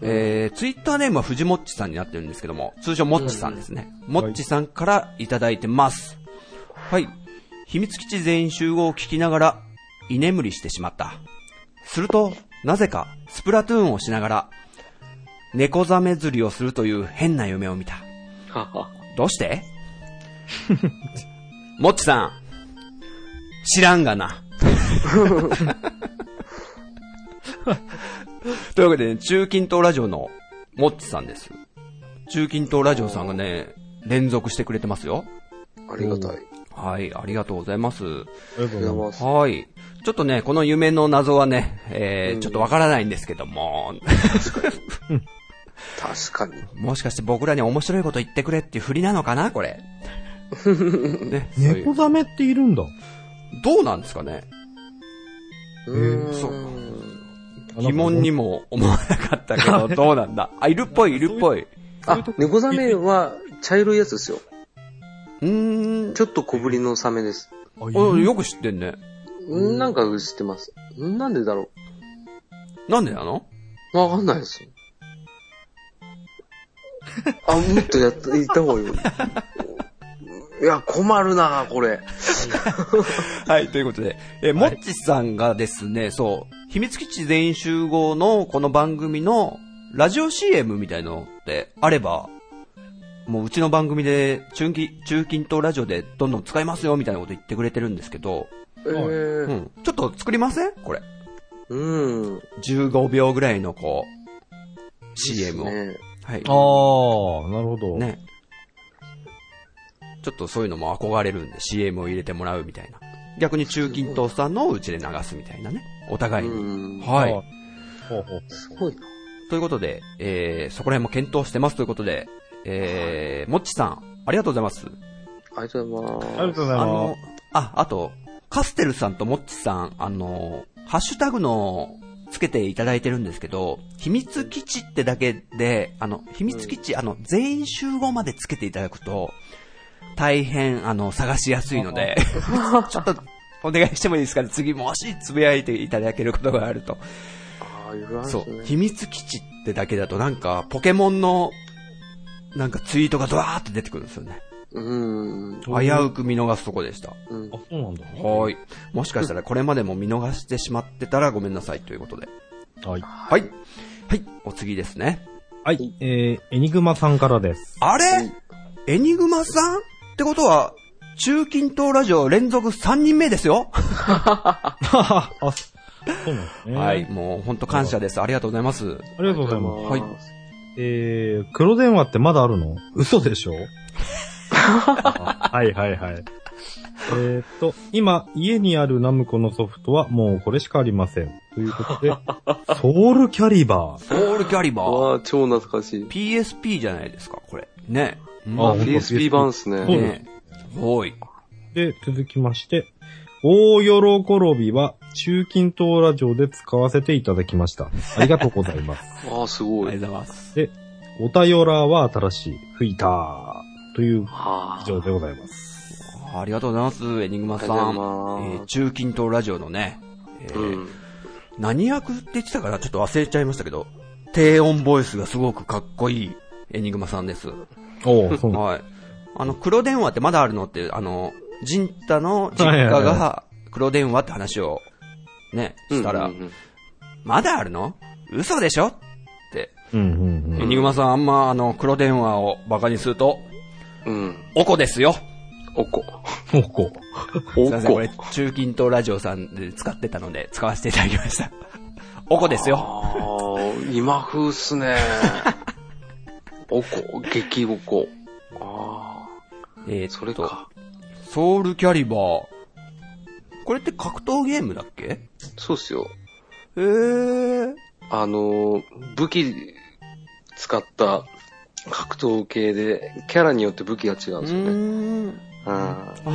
ん。えー、ツイッターネームは藤もっちさんになってるんですけども、通称もっちさんですね。もっちさんからいただいてます。はい。秘密基地全員集合を聞きながら、居眠りしてしまった。すると、なぜか、スプラトゥーンをしながら、猫ザメ釣りをするという変な夢を見た。
はは。
どうして <laughs> もっちさん、知らんがな。というわけで、ね、中近東ラジオのもっちさんです。中近東ラジオさんがね、連続してくれてますよ。
ありがたい。あ
はい、ありがとうございます。
ありがとう
りがと
ございうま
ご
す。
ざい
はい。ちょっとね、この夢の謎はね、えー、ちょっとわからないんですけども、 <laughs>
ます。確かに。
もしかして僕らに面白いこと言ってくれっていう振りなのかなこれ。ね、そういう
猫ザメっているんだ。
どうなんですかね
うーん。
そう疑問にも思わなかったけ <laughs> ど、どうなんだ。あ、いるっぽい、いるっぽい。う
あ、猫ザメは茶色いやつですよ。
ーん。
ちょっと小ぶりのサメです。
あ。いる
およく知ってんね。
んなんか知ってます。んなんでだろ
なんでなの
う。わかんないです。あ、もっとやった、言った方がいいよ。いや、困るなこれ。
<laughs> はい、ということで、えー、もっちさんがですね、そう、秘密基地全員集合のこの番組のラジオ CM みたいのってあれば、もううちの番組で中近、中近東ラジオでどんどん使いますよみたいなこと言ってくれてるんですけど、
え
う
ー、
ん。ちょっと作りませんこれ。
うん。
15秒ぐらいのこう、CM を。
ね
はい。
あー、なるほど。
ね。ちょっとそういうのも憧れるんで、CM を入れてもらうみたいな。逆に中近東さんのうちで流すみたいなね。お互いに。
うん。
は
あー
い。。
ほうほう
すごいな。
ということで、えー、そこら辺も検討してますということで、えー、もっちさん、ありがとうございます。
ありがとうございます。
ありがとうござ
あ
いま
の、あ、あと、カステルさんともっちさん、あの、ハッシュタグのつけていただいてるんですけど、秘密基地ってだけで、あの、秘密基地、あの、全員集合までつけていただくと、大変、あの、探しやすいので、ちょっと、お願いしてもいいですかね次、もしつぶやいていただけることがあると。
ああ、いろいろあるん
そ
で
う、
す
秘
ね。
密基地ってだけだとなんか、ポケモンの、なんかツイートがドワーって出てくるんですよね。
うん。
危うく見逃すとこでした。
うん
あ、そうなんだ。
はーい。もしかしたらこれまでも見逃してしまってたらごめんなさいということで。
はい。
はい。はい。お次ですね。
はい、えー、エニグマさんから
<laughs>
です。
あれエニグマさんってことは、中近東ラジオ連続3人目ですよ。
あ、そうなんですね。
はい。。もう本当感謝です。ありがとうございます。
ありがとうございます。
はい
えー、黒電話ってまだあるの嘘でしょはいはいはい。えーっと、今、家にあるナムコのソフトはもうこれしかありません。ということ <laughs> で、ソウルキャリバー。
ソウルキャリバー。
わあ、超懐かしい。
PSP じゃないですか、これ。ね。うん
あほんと
PSP 版っすね。
そう
ね。おい。
で、続きまして、大喜びは中近東ラジオで使わせていただきました。ありがとうござい <laughs> ます。
ああ、す
あ
ご
り
い。
がとうございます。
おたよらは新しい、吹いたーという
はあ。
以上でございます。
ありがとうございます、エニグマさん。え
ありがとうございます
ー中近東ラジオのね、えー
うん。
何役って言ってたからちょっと忘れちゃいましたけど、低音ボイスがすごくかっこいいエニグマさんです。
おーそうなん
はい。あの、黒電話ってまだあるのって、あの、ジンタの実家
はいはい
が黒電話って話をね、したら、
うんうんうん
まだあるの嘘でしょって、
うんうんうん
エニグマさんあんまあの、黒電話をバカにすると、
うん。
おこですよ。
おこ。
おこ。
お
すいません、こ
こ
れ。、中近東ラジオさんで使ってたので、使わせていただきました。 <laughs> おこですよ。
ああ、今風っすね。 <laughs> おこ、激おこ。あ
え
あ、それ
ー、と、
か。
ソウルキャリバー。これって格闘ゲームだっけ
そうっすよ。
えー。
あのー、武器使った格闘系で、キャラによって武器が違うん
う
ですよね。
ーん。
あ
あ
ー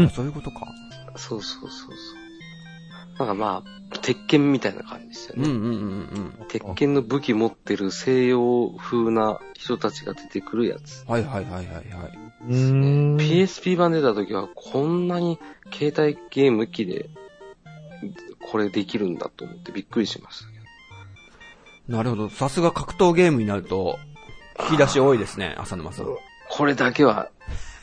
ん
ーそういうことか。
あ、そうそうそうそう。なんかまあ、鉄拳みたいな感じですよ
うんう
ね。
んうんうん。
鉄拳の武器持ってる西洋風な人たちが出てくるやつ。
はいはいはいはいはい。
うーん。
PSP 版出た時はこんなに携帯ゲーム機でこれできるんだと思ってびっくりしましたけど。
なるほど。さすが格闘ゲームになると、引き出し多いですね、浅沼さん。
これだけは、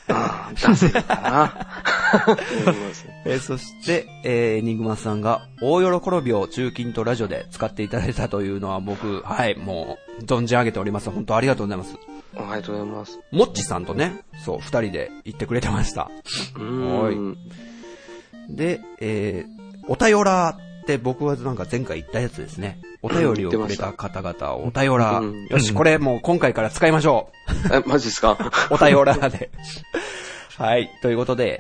うん、出せるかな。思いますね
えーそして、えー、エニグマさんが、大喜びを中近とラジオで使っていただいたというのは僕、はい、もう、存じ上げております。本当ありがとうございます。
ありがとうございます。
もっちさんとね、そう、二人で行ってくれてました。
うーん。
で、えー、お便らって僕はなんか前回言ったやつですね。お便りをくれた方々、お便ら
うん。
よし、これもう今回から使いましょ
え、マジですか
う。お便ら
<laughs>
で。はい、ということで、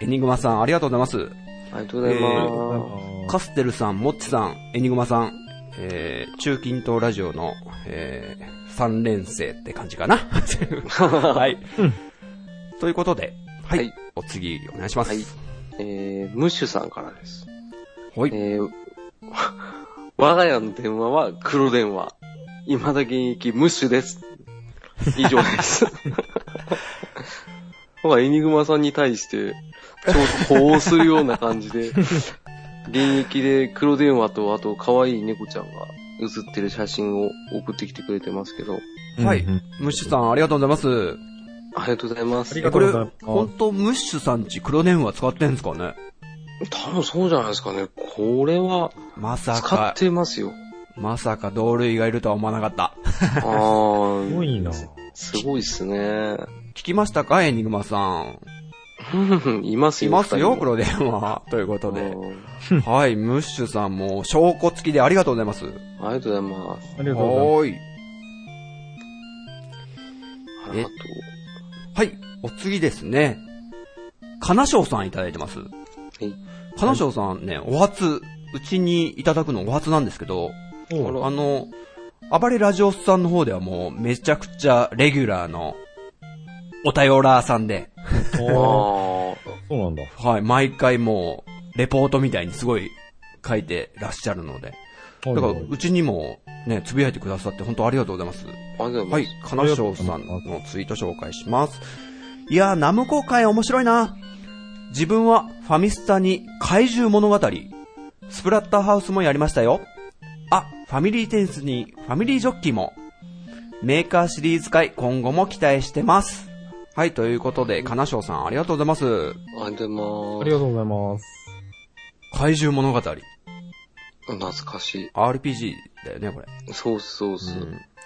エニグマさんありがとうございます。
ありがとうございま
カステルさん、モッチさん、エニグマさん、えー、中近東ラジオの、えー、三連生って感じ
<laughs>
かな。はい。ということで、はい、
はい
お次お願いします。
はいす。えー、ムッシュさんからです。
はい
えー、 <laughs> 我が家の電話は黒電話。今だ現役ムッシュです。以上です。 <laughs> まあ、エニグマさんに対して、ちょっと呼応するような感じで、現役で黒電話と、あと可愛い猫ちゃんが写ってる写真を送ってきてくれてますけど、
うん
はい
うん
ムッシュさん、ありがとうございます。
ありがとうございます。
あり
多
が
こ
とうご
れ
ざいます、
本当ムッシュさんち黒電話使ってんすかね
分そうじゃないですかね。これは
まさ
使
か
っ、てますよ。
まさか同類がいるとは思わなかった。
あー
すごいな。
すごいっす
<laughs>
ね。
聞きましたかエニグマさん。
います
い
よ。
ますよ、
二人も
黒電
<laughs>
話。ということで。
うん
はい、ムッシュさんも証拠付きでありがとうございます。
ありがとうございます。
ありがとうございま
はーい。
あ
え
りがと
はい、お次ですね。金賞さんいただいてます。
い
金賞さんね、お初、うちにいただくのお初なんですけど、
す。おう
あの、暴れラジオスさんの方ではもうめちゃくちゃレギュラーのお便らーさんで、
おう
う。あ
そうなんだ。
はい、毎回もうレポートみたいにすごい書いてらっしゃるので、だから、うちにも、ね、つぶやいてくださって、本当ありがとうございます。
ありがとうご
は
ざ
い
います。、
金賞さんのツイート紹介します。いやー、ナムコ会面白いな。自分はファミスタに怪獣物語、スプラッターハウスもやりましたよ。あ、ファミリーテニスにファミリージョッキーも。メーカーシリーズ会今後も期待してます。はい、ということで、金賞さんありがとうございます。
ありがとうご
あ
ざい
り
ま
がとうございます。
怪獣物語。
す。懐かし
RPG だよね、これ。
い。そうっすそうっす。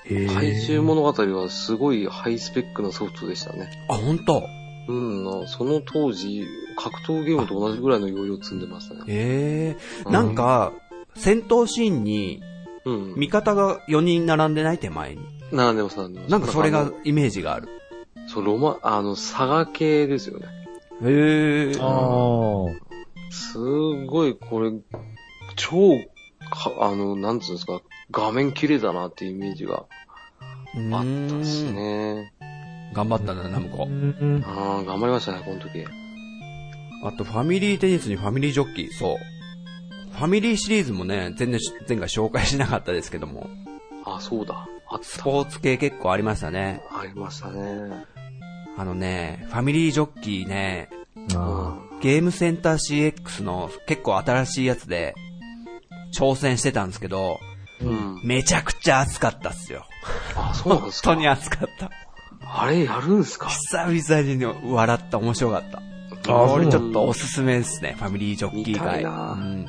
へえ
怪獣物語はすごいハイスペックなソフトでしたね。
あ、本当。
うん、その当時、格闘ゲームと同じぐらいの容量積んでましたね。
ええー。なんか、戦闘シーンに
うん。
味方が4人並んでない手前に。
並んでます、並んでます。
なんかそれ
あ
が
の、
イメージがある。
そう、ロマ、あの、佐賀系ですよね。
へえ。
ああ。
すごい、これ、超、か、あの、なんつうんですか、画面綺麗だなっていうイメージがあったっすね。
頑張ったんだ、ナムコ
う。ん
ああ、頑張りましたね、この時。
あと、ファミリーテニスにファミリージョッキー、そう。ファミリーシリーズもね、全然し、前回紹介しなかったですけども、
あ、そうだ。あっ
ス
た。
ポーツ系結構ありましたね。
ありましたね。
あのね、ファミリージョッキーね、
あ
ゲームセンター CX の結構新しいやつで、挑戦してたんですけど、
うん。うん。
めちゃくちゃ熱かったっすよ。
あ、そうなん
本
ですか。
当に熱かった。
あれやるんすか
久々に笑った、面白かった。
あ
これ
そう
ちょっとおすすめですね。ファミリージョッキー
見た
会。、
いうなん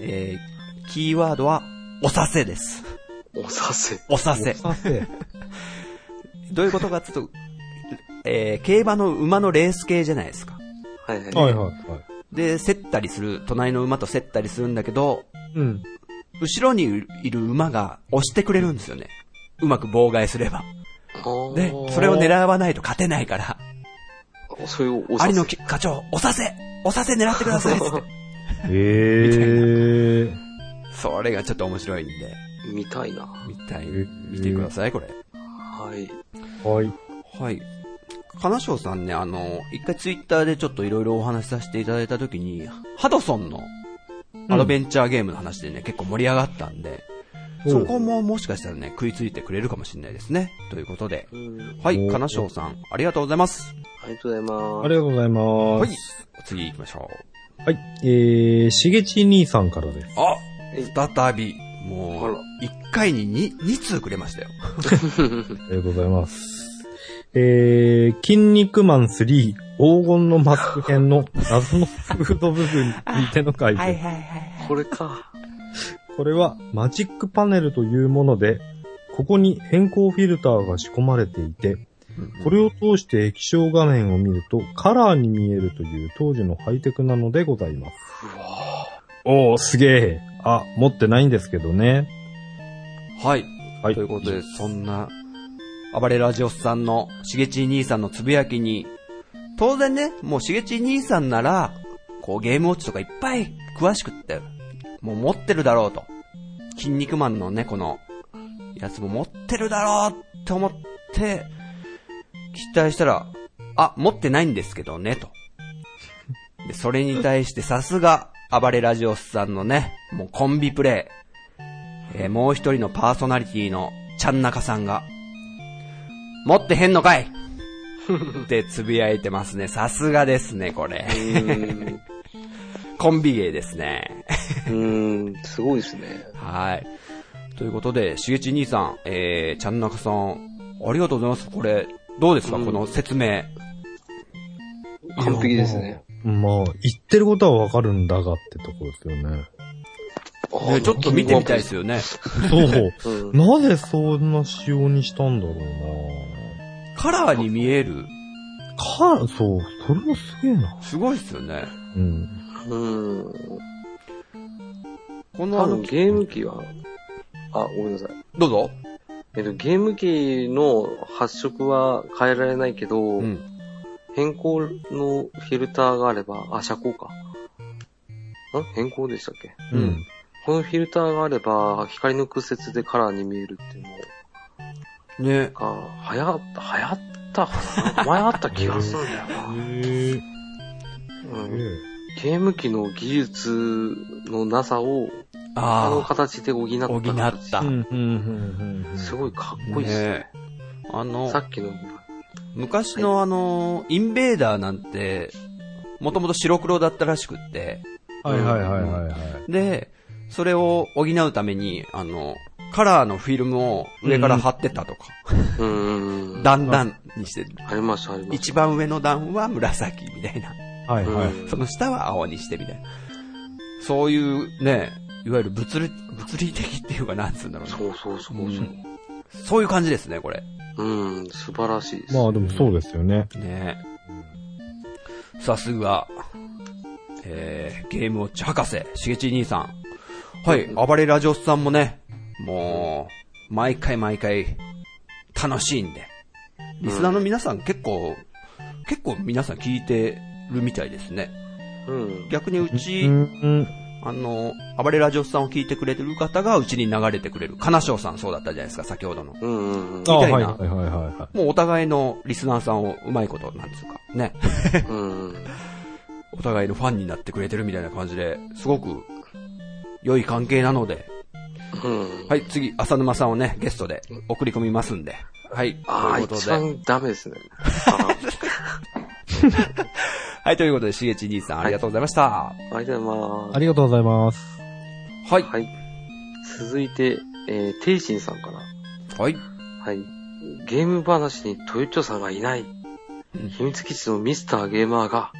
えー、キーワードは、おさせです。
おさせ。
おさ
あ。
せ。
させ。
どういうことかっていうと、えー、競馬の馬のレース系じゃないですか。
はいはい。
<laughs> はいはいはい。
で、競ったりする、隣の馬と競ったりするんだけど、
うん。
後ろにいる馬が押してくれるんですよね。うまく妨害すれば。で、それを
ね
狙わないと勝てないから、
それをお
有
さ
野
せ。
き課長、おさせおさせ狙ってくださいっつって。
へえ。
それがちょっと面白いんで、
<laughs> 見たいな。
見たい、見てください、これ。
はい。
はい。
はい。金賞さんね、あの、一回ツイッターでちょっといろいろお話しさせていただいたときに、ハドソンのアドベンチャーゲームの話でね、結構盛り上がったんで、そこももしかしたらね、食いついてくれるかもしれないですね。ということで。
うん。
はい、
おー
金賞さん、ありがとうございます。
ありがとうござい
お
ます。
ありがとうござい
は
ま
い
す。。
次行きましょ
はい。えー、しげち兄さんからです。
う。あ再び、も
あ
う
ら、
一回に二二通くれましたよ。
ありがとうございます。えー、筋肉マン3黄金のマスク編の謎のフード部分についての回です。
はいはい。
これか。
これはマジックパネルというもので、ここに変更フィルターが仕込まれていて、これを通して液晶画面を見るとカラーに見えるという当時のハイテクなのでございます。
うわ
おー、すげえ。あ、持ってないんですけどね。
はい。
はい。
ということで、そんな、暴れラジオスさんの、しげち兄さんのつぶやきに、当然ね、もうしげち兄さんなら、こうゲームウォッチとかいっぱい詳しくって、もう持ってるだろうと。筋肉マンのね、この、やつも持ってるだろうって思って、期待したら、あ、持ってないんですけどね、と。で、それに対してさすが、暴れラジオスさんのね、もうコンビプレイ、えーもう一人のパーソナリティのちゃんなかさんが、持ってへんのかいってつぶやいてますね。さすがですね、これ
う。ーん。
コンビ芸ですね。
うーん、すごいですね。
はい。ということで、しげち兄さん、えー、ちゃんなかさん、ありがとうございます。これ、どうですか、
うん
この説明。
完璧ですね。
まあ、言ってることはわかるんだがってとこですよね。
ねちょっと見てみたいですよね。
<laughs> そう。
うん。
なぜそんな仕様にしたんだろう
カラーに見える。
なか、そう、それもすげえな。
すごいっすよね。
うん。
うん。
この、
多
あの
分、ゲーム機は、あ、ごめんなさい。
どうぞ。
えっと、ゲーム機の発色は変えられないけど、
うん。
変更のフィルターがあれば、あ、遮光か。ん変更でしたっけ
うん
このフィルターがあれば、光の屈折でカラーに見えるっていうの
ね。
が、流行った、流
<laughs>
行ったかな前あった気がするんだよな。
へえ。
うん。ゲーム機の技術のなさを、あの
あ
形で補った
あ、補っ
形。
た。
うん、うん、うん、うん。
すごいかっこいいっすね。
ねえあの
さ、っきの、
昔のあの、インベーダーなんて、もともと白黒だったらしくって、
はいはいはいはいはい。
で、それを補うために、あの、カラーのフィルムを上から貼ってったとか、
うんうんうん。
段々にして、
ありました、ありまし
一番上の段は紫みたいな、
はい
た。
はい。
うん
その下は青にしてみたいな。そういうね、いわゆる物理、物理的っていうかなんつうんだろうな。
そうそうそう
う
そ
ん
そういう感じですね、これ。
う。うん、素晴らしいです。
まあでもそうですよね。
ねえ。さすが、えー、ゲームウォッチ博士、しげち兄さん。はい、暴れラジオスさんもね、もう、毎回毎回、楽しいんで。リスナーの皆さん結構、結構皆さん聞いてるみたいですね。
うん。
逆にう
う
ち、
ん、うん。
あの、暴れラジオスさんを聞いてくれてる方がうちに流れてくれる。金賞さんそうだったじゃないですか、先ほどの。
うんうんうん
あ。
たいな
はいはいはいは
もうお互いのリスナーさんをうまいこと、なんですか、ね。
うんうん。
お互いのファンになってくれてるみたいな感じで、すごく良い関係なので、
うん。
はい、次、浅沼さんをね、ゲストで送り込みますんで、はい、
あ
と
あ、
いうこと
一
で、
番ダメですね。あ
はい、ということで、しげち兄さんありがとうございました。は
ーありがとうございます
い。あ。りがとうございます。
い、はい、
はい。続いて、えー、ていしんさんかな。
はい、
はい。ゲーム話にトヨッチョさんがいない
うん。
秘密基地のミスターゲーマーが、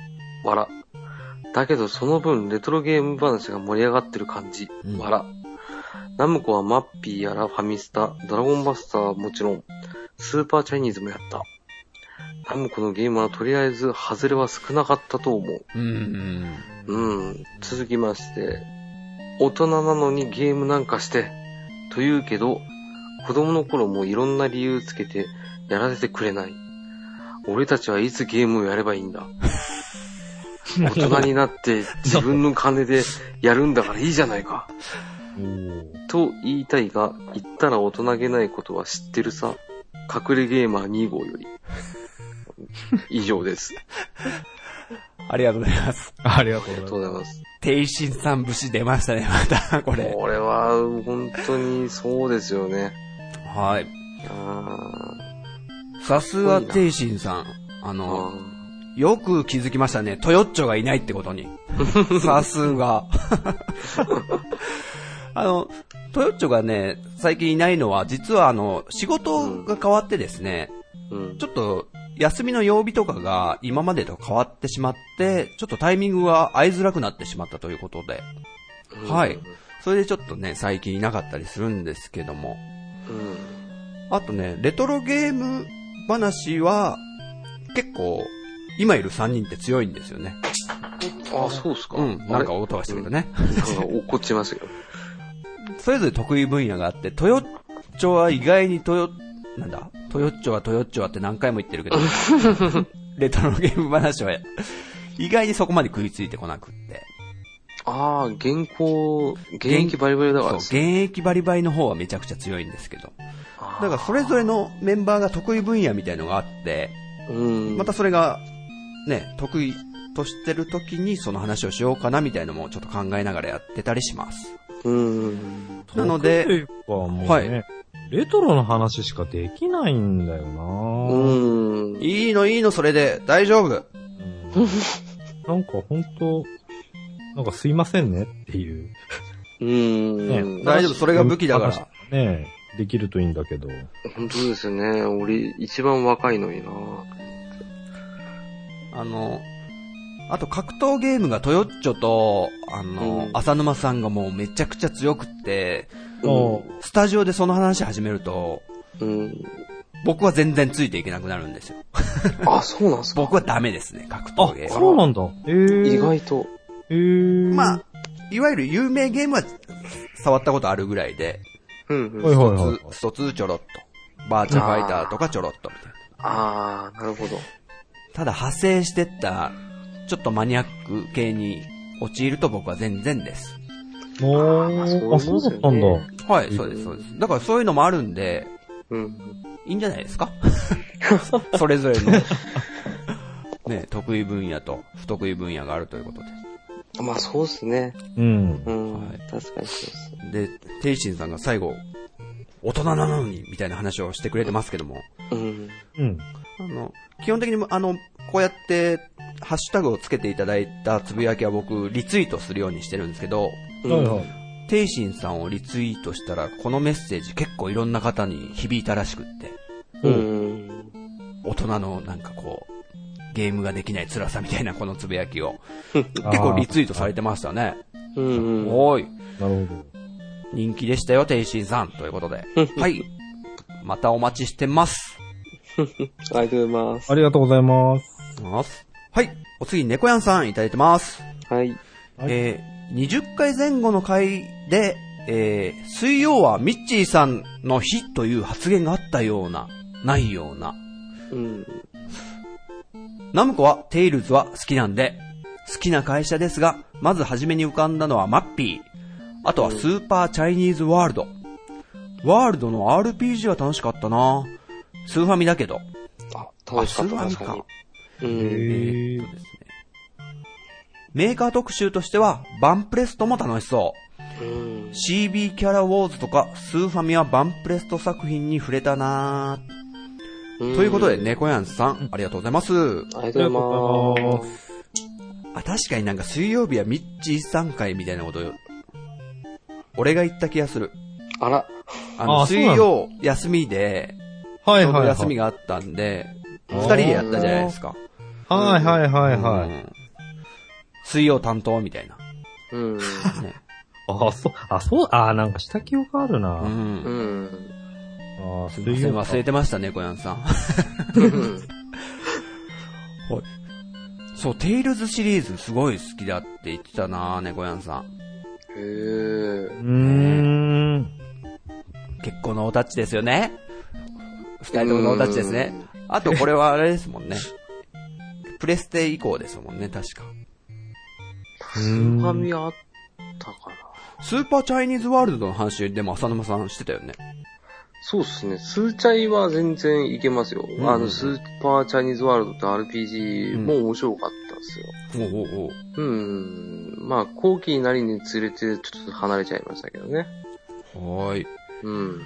わら。だけどその分レトロゲーム話が盛り上がってる感じ
うん、
わら。ナムコはマッピーやらファミスタ、ドラゴンバスターはもちろん、スーパーチャイニーズもやった。ナムコのゲームはとりあえずハズレは少なかったと思う。
うん、うん、
うん。続きまして、大人なのにゲームなんかして、と言うけど、子供の頃もいろんな理由つけてやらせてくれない。俺たちはいつゲームをやればいいんだ。大人になって自分の金でやるんだからいいじゃないか。と言いたいが、言ったら大人げないことは知ってるさ。隠れゲーマー2号より。以上です。
ありがとうございます。
ありがと
ありがとうございます。
天心さん節出ましたね、また、これ。
これは本当にそうですよね。
はい。
あ
さすが天心さん。あ
ー
の、
あー
よく気づきましたね。トヨッチョがいないってことに。さすが。 <laughs> あの、トヨッチョがね、最近いないのは、実はあの、仕事が変わってですね、
うん。
ちょっと、休みの曜日とかが今までと変わってしまって、ちょっとタイミングが合いづらくなってしまったということで、
うん
はいそれでちょっとね、最近いなかったりするんですけども、
うん。
あとね、レトロゲーム話は、結構、今いる3人って強いんですよね。
あ、そうっすか。
うん、なんか
あ
音がしてるね。
れなんか怒っちゃいますよ。
それぞれ得意分野があって、トヨッチョは意外にトヨ、なんだトヨッチョはトヨッチョはって何回も言って <laughs> るけど、レトロゲーム話は、意外にそこまで食いついてこなくって。
<laughs> ああ、現行、現役バリバリだか
そう、
ら
現役バリバリの方はめちゃくちゃ強いんですけど。だからそれぞ
れ、
れのメンバーが得意分野みたいのがあって、
うん。
また、それが、ね、得意としてる時にその話をしようかなみたいのもちょっと考えながらやってたりします。
うん。
なので
というかもうね、
はい
レトロの話しかできないんだよ
う
な、
ん。
いいのいいの、それで、大丈夫。
うんなんか本当なんかすいませんねっていう。
うん。
ね
大丈夫、それが武器だから。
ねできるといいんだけど。
本当ですね。俺、一番若いのにな。
あの、あと格闘ゲームがトヨッチョと、あの、
うん
浅沼さんがもうめちゃくちゃ強くって、
おう
スタジオでその話始めると、
うん。
僕は全然ついていけなくなるんですよ。
あ、そうなんすか。
僕はダメですね、格
あ
闘ゲ、ーム。
そうなんだ。えー、
意。外と。
えー、
まあ、いわゆる有名ゲームは触ったことあるぐらいで、
うんう
は
ん。
い
一
はい
つ、
はい。
一つちょろっと。バーチャファイターとかちょろっとみたいな。
ああ、なるほど。
ただ派生してった、ちょっとマニアック系に陥ると僕は全然です。
もう、あ、そうだったんだ。
はい、そうです、そうです。だからそういうのもあるんで、
うん。
いいんじゃないですかそれぞれの、ね、得意分野と不得意分野があるということで。
まあそうっすね。
うん。
うん。
はい
確かにそうっす。
で、テイシンさんが最後、大人なのに、みたいな話をしてくれてますけども、
うん。
うん。
あの、基本的にも、あの、こうやって、ハッシュタグをつけていただいたつぶやきは僕、リツイートするようにしてるんですけど、
はいはい。
テイシンさんをリツイートしたら、このメッセージ結構いろんな方に響いたらしくって、
う
うん
ん。
大人のなんかこう、ゲームができない辛さみたいなこのつぶやきを、結構リツイートされてましたね。
うん。うん。
おーい、
なるほど。
人気でしたよ、テイシンさん。ということで。はい。またお待ちしてます。
ありがとうございます
あ。りがとうございます。
はい。お次、猫やんさんいただいてます。
はい。
はい
えー、20回前後の回で、えー、水曜はミッチーさんの日という発言があったような、ないような。
うん。
ナムコはテイルズは好きなんで、好きな会社ですが、まず初めに浮かんだのはマッピー。あとはスーパーチャイニーズワールド。ワールドの RPG は楽しかったなスーファミだけど。
あ、楽しかった、
あスーファ
確
ミ
か
か
に。う
へ
ん。
え
ー
ーっとですね。メーカー特集としては、バンプレストも楽しそう。
うん。
CB キャラウォーズとか、スーファミはバンプレスト作品に触れたな
と
ということで、。猫やんさん、ありがとうございます。
ありがとうございます。
あ、確かになんか水曜日はミッチーさん会みたいなことよ。俺が言った気がする。
あら。
あの、
あそう
水
なの
曜休みで、
は
ち
い
ょうど
はい
休
は
み
い。
があったんで、
あ
二
ー
人でやったじゃないですか。
はいはいはいは
う
い。
ん水曜担当みたいな。
うん。
ね
あ、そう、あ、そう、あ、なんかした記憶ある
う。
な。
うんん。
あ、
すいません、忘れてましたね、小山さん。 <laughs> そう、テイルズシリーズすごい好きだって言ってたなぁ、猫やんさん。
へえ
う。ーん。
結構のおタッチですよね。二人とものおタッチですね。あとこれはあれですもんね。プレステ以降ですもんね、確か。
う
スーファ
ん
ミあったかな。
スーパーチャイニーズワールドの話でも浅沼さんしてたよね。
そうっすね。スーチャイは全然いけますよ。
ん
あの、スーパーチャイニーズワールドと RPG も面白かったっすよ。
おうおうおう
うん。まあ、後期になりにつれて、ちょっと離れちゃいましたけどね。
はーい。
うん。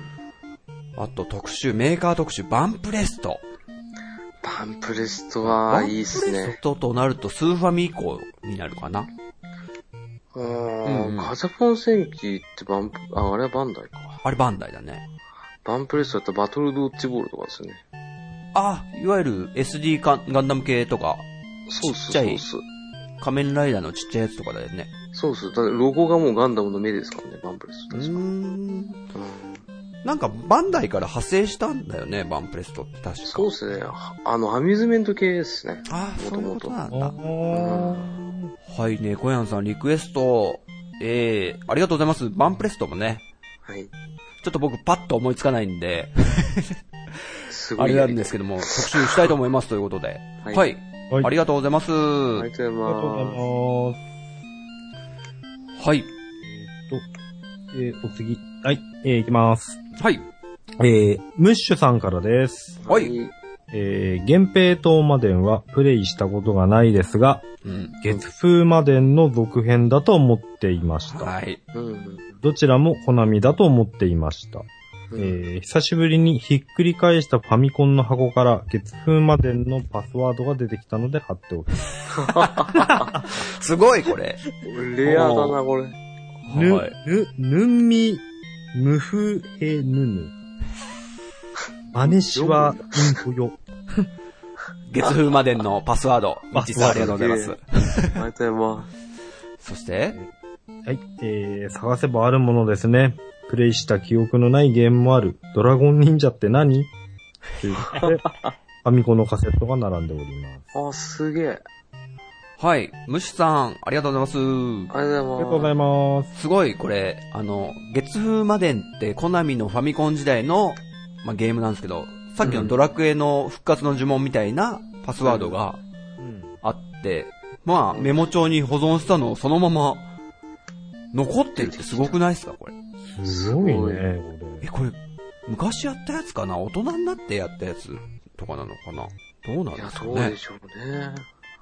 あと特集、メーカー特集、バンプレスト。
パンプレストはいいっす
バンプレ
ね
ス。トとなるとスーファミ以降になるかな。
う
うん
ん。ガチャポン戦記ってバンプ、あ、あれはバンダイか。
あれバンダイだね。
バンプレストだったらバトルドッジボールとかですよね。
あ、いわゆる SD ガンガンダム系とか、
そうっす、
ちっちゃ
そう
い
っす。
仮面ライダーのちっちゃいやつとかだよね。
そうっす。だってロゴがもうガンダムの目ですからね、バンプレス
う
ト確
ー
か。
ん。
うん
なんか、バンダイから派生したんだよね、バンプレストって確か。
そうっすね。あの、アミューズメント系ですね。
ああ、そういうことなん
あ
だ。
ー
はいね、小山さんリクエスト、えー、ありがとうございます。バンプレストもね、
はい。
ちょっと僕パッと思いつかないんで、
すご
あ
い
れ
や
な
り
ん
たい。
ですけども、特集したいと思いますということで。は。
はいい
はい
ありがとうございます。
あ
は
り
い。
がとう
ありがとう
ございます。
ございます。
はい。
えー、お次。はい、えー、いきます。えー、ムッシュさんからです。
はい
い。
えー、源平島までんはプレイしたことがないですが、
うん。
月風までんの続編だと思っていました。
はい。
うん。
どちらもコナミだと思っていました。
う
え
ん
ー久しぶりにひっくり返したファミコンの箱から月風までのパスワードが出てきたので貼っておきます。
すごい、これ。
レアだな、これ。
ぬ
はい。、
ぬ、ぬんみ、むふへぬぬ。真似しはインフよ。
月風までのパスワード。
パ
実
ス
際あ
ワ
りが
ー
とう
ド
ございます。
ありがとうございます。
そして、
はい、えー、探せばあるものですね。プレイした記憶のないゲームもある。ドラゴン忍者って何という
<laughs>
ことで、ファミコンのカセットが並んでおりま
あ、
す。
すげえ。
はい。ムシュさん、ありがとうございます。
ありがとう
あ
ご
り
ざいます。
がとうございます。
すごい、これ、あの、月風魔伝って、コナミのファミコン時代の、まあ、ゲームなんですけど、さっきのドラクエの復活の呪文みたいなパスワードがあって、まあ、メモ帳に保存したのをそのまま、残ってるってすごくないですか、これ。
すごいね、
すご
こ
い
れ。
え、これ、昔やったやつかな大人になってやったやつとかなのかなどうなん
い
で
や、
すか
そうで
ね
しょうね。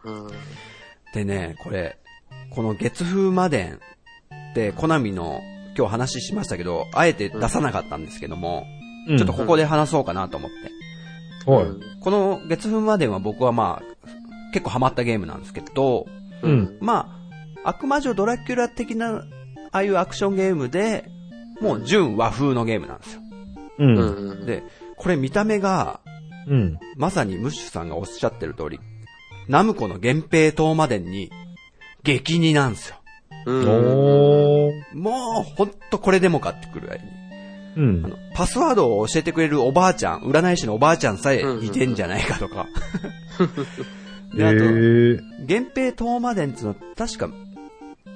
うん。
でね、これ、この月風魔伝って、コナミの今日話しましたけど、あえて出さなかったんですけども、
うん
ちょっとここで話そうかなと思って。
はい。
この月風魔伝は僕はまあ、結構ハマったゲームなんですけど、
う
うんん。
まあ、悪魔女ドラキュラ的な、ああいうアクションゲームで、もう純和風のゲームなんですよ。
う。
うんん。
で、これ見た目が、
うん。
まさにムッシュさんがおっしゃってる通り、ナムコの源平島までに、激似なんですよ。
うん。
おー。
もう、ほんとこれでもかってくるぐらいに。
う
あ
ん。
の、パスワードを教えてくれるおばあちゃん、占い師のおばあちゃんさえ似てんじゃないかと <laughs> か。
え
で、あと、
ー。
源平東馬伝っていうのは、確か、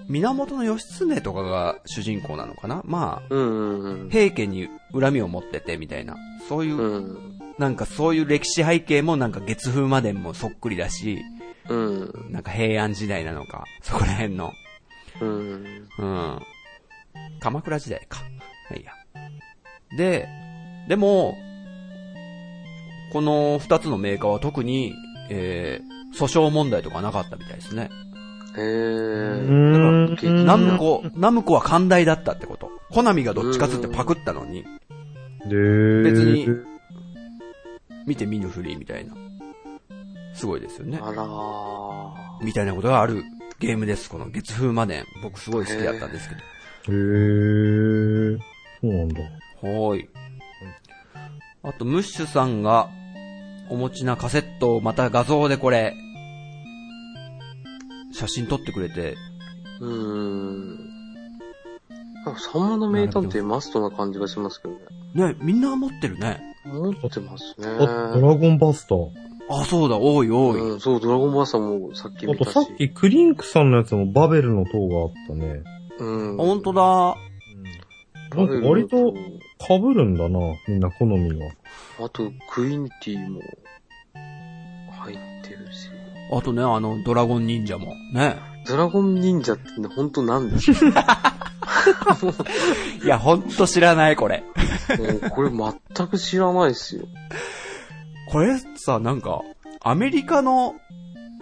源義経とかが主人公なのかなまあ、
うん。うん。
平家に恨みを持っててみたいな。そういう、
うん。
なんかそういう歴史背景もなんか月風までもそっくりだし、
うん。
なんか平安時代なのか、そこら辺の、
うん。
うん。鎌倉時代か。まあいいや。で、でも、この二つのメーカーは特に、えー、訴訟問題とかなかったみたいですね。
へえ。
うーん。
ナムコ、ナムコは寛大だったってこと。コナミがどっちかつってパクったのに、
えー。
別に見て見ぬふりみたいな。すごいですよね。
あらー。
みたいなことがあるゲームです。この月風まで。僕すごい好きだったんですけど。
へー。そうなんだ。
はーい。あと、ムッシュさんがお持ちなカセットをまた画像でこれ、写真撮ってくれて、
うん。なんか、サンマの名探偵マストな感じがしますけどね。
ね、みんな持ってるね。
持ってますね。
あ、ドラゴンバスター。
あ、そうだ、多い多い。
うん、そう、ドラゴンバーサーもさっき
あ
見
と
たし。
さっきクリンクさんのやつもバベルの塔があったね。
うん。
ほんとだ。
なんか割と被るんだな、みんな好みが。
あと、クインティーも入ってるし。
あとね、あの、ドラゴン忍者も。ね。
ドラゴン忍者ってね、ほんとなんですか、
いや、ほんと知らない、これ。
ね、これ全く知らないですよ。
これさ、なんか、アメリカの、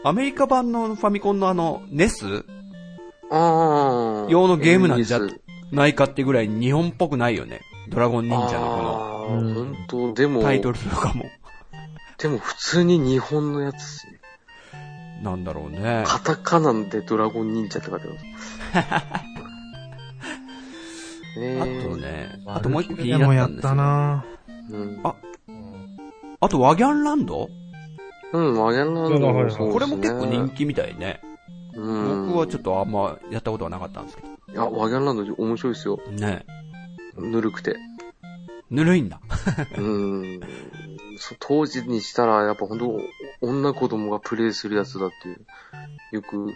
アメリカ版のファミコンのあの、ネス
ああ。
用のゲームなんじゃ
いいです
ないかってぐらい日本っぽくないよね。ドラゴン忍者の
あ
うん
ーほんと、で
こ
も
の、タイトルとかも。
でも普通に日本のやつっすね。
なんだろうね。
カタカナでドラゴン忍者って書い
<laughs>
てます。
あ
ね
と
え
ね、あともう一個気になったんですよ
な
うん
ああとワギャンランド
うん、ワギャンランドもそうですね。
これも結構人気みたいね。
うん。
僕はちょっとあんまやったことはなかったんですけ
いや、ワギャンランド面白いですよ。
ど。ね
ぬるくて。
ぬるいんだ。 <laughs>
うん。そう当時にしたら、やっぱ本当女子供がプレイするやつだっていう、よく、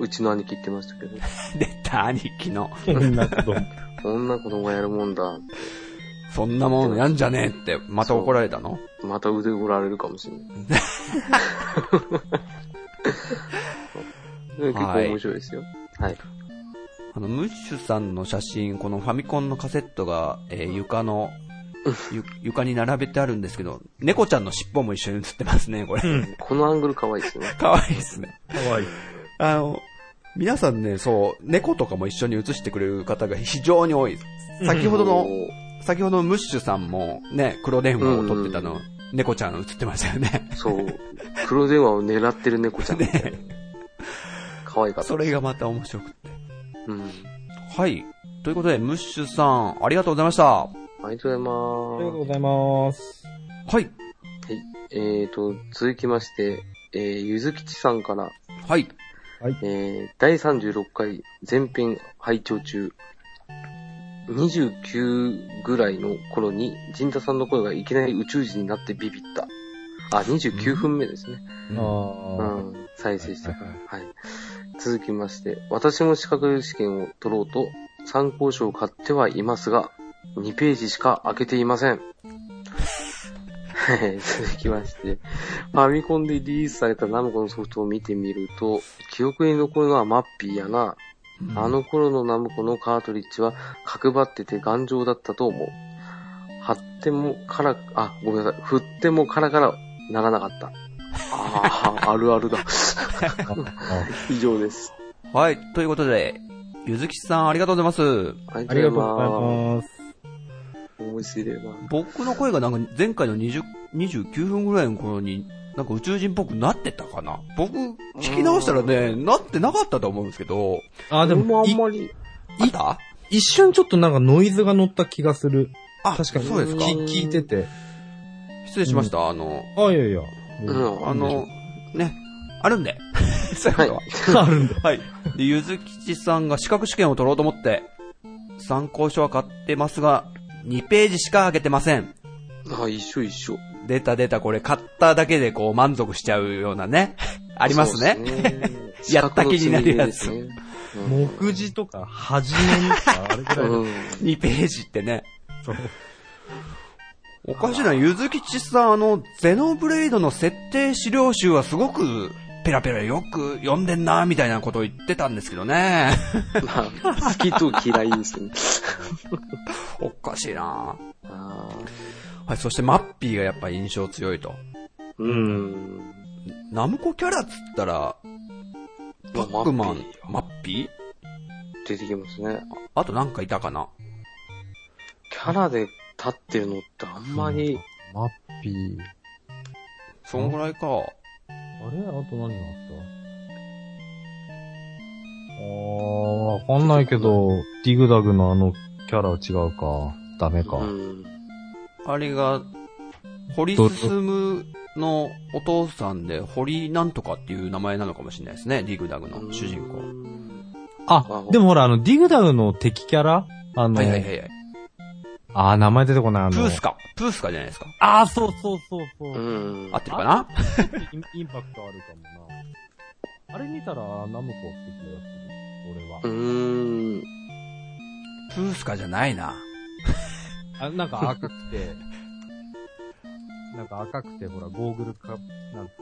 うちの兄貴言ってましたけど、
出た、兄貴の。
<laughs> みんな <laughs> ちょっと。
女子供がやるもんだ、
そんなものやんじゃねえって、また怒られたの
また腕折られるかもしれ <laughs> ない。でも結構面白いですよ。はい。
あの、ムッシュさんの写真、このファミコンのカセットが、えー床の、ゆ床に並べてあるんですけど、猫ちゃんの尻尾も一緒に写ってますね、これ。
このアングル可愛いですね。
かわいいですね。
かわいい。
あの、皆さんね、そう、猫とかも一緒に写してくれる方が非常に多い。先ほどの、先ほどのムッシュさんもね、黒電話を撮ってたの、
うん
猫ちゃん映ってましたよ <laughs> ね。
そう。黒電話を狙ってる猫ちゃんみたいな。可愛かった。
それがまた面白くって。
うん。
はい。ということで、ムッシュさん、ありがとうございました。は
ありがとうござい
ありが
ま
と
す
う。ございます。
い。
えーと、続きまして、えー、ゆずきちさんから、
はい。
えー、第36回前編拝聴中、29ぐらいの頃に、陣田さんの声がいきなり宇宙人になってビビった。あ、29分目ですね。
あ
う
ー
ん、再生してから。はい。続きまして、私も資格試験を取ろうと、参考書を買ってはいますが、2ページしか開けていません。はい続きまして、ファミコンでリリースされたナムコのソフトを見てみると、記憶に残るのはマッピーやな。あの頃のナムコのカートリッジは角張ってて頑丈だったと思う。貼ってもから、あ、ごめんなさい。振ってもからからならなかった。ああ、あるあるだ。
あ
<laughs> 以上です。
はい。ということで、ゆずきさんありがとうございます。
あり
ありがとうござい
す。
ます。
面白いわ。
僕の声がなんか前回の20 29分ぐらいの頃に、なんか宇宙人っぽくなってたかな僕、聞き直したらね、なってなかったと思うんですけど、
あ、で
俺も
も
あん
い、
まり、
あった
一瞬ちょっとなんかノイズが乗った気がする。
あ、
確かに。
そうですか
き。聞いてて。
失礼しました。あの、
あ、いやいや。
うん、
あの、ね、あるんで。 <laughs> そういうことは。
<laughs> あるんだ。
はい。で、ゆずきちさんが資格試験を取ろうと思って、参考書は買ってますが、2ページしか開けてません。
あ、一緒一緒。
出た出た、これ買っただけでこう満足しちゃうような <laughs> ね。ありますね。
そうですね
やった気になるやつ
資格の積み上げですね
目次とか、端のとか、あれぐらいだ
うん。
2ページってね。
そう
<laughs> おかしいな、ゆずきちさん、あの、ゼノブレイドの設定資料集はすごく、ペラペラよく読んでんな、みたいなことを言ってたんですけど <laughs> ね。
まあ、好きと嫌いで
<laughs>
すね。
おかしいな
あー
はい、そしてマッピーがやっぱ印象強いと。
うん。
ナムコキャラっつったら、パックマン、マッピー
出てきますね。
あとなんかいたかな
キャラで立ってるのってあんまり、
マッピー。
そんぐらいか。
あれあと何があったあー、わかんないけど、ディグダグのあのキャラは違うか。ダメか。
うん。
あれが、堀進のお父さんで、堀なんとかっていう名前なのかもしれないですね。ディグダグの主人公。
あ、でもほら、あの、ディグダグの敵キャラあの、
はいはいはいはい。
あー、名前出てこない、あの。
プースカ。プースカじゃないですか。
あー、そうそうそうそうう。
ん。
合ってるかな
インインパクトあるかもな。あれ見たら、ナムコって気がする。俺は
う。ーん。
プースカじゃないな。
あなんか赤くて、なんか赤くて、ほら、ゴーグルか、なんか。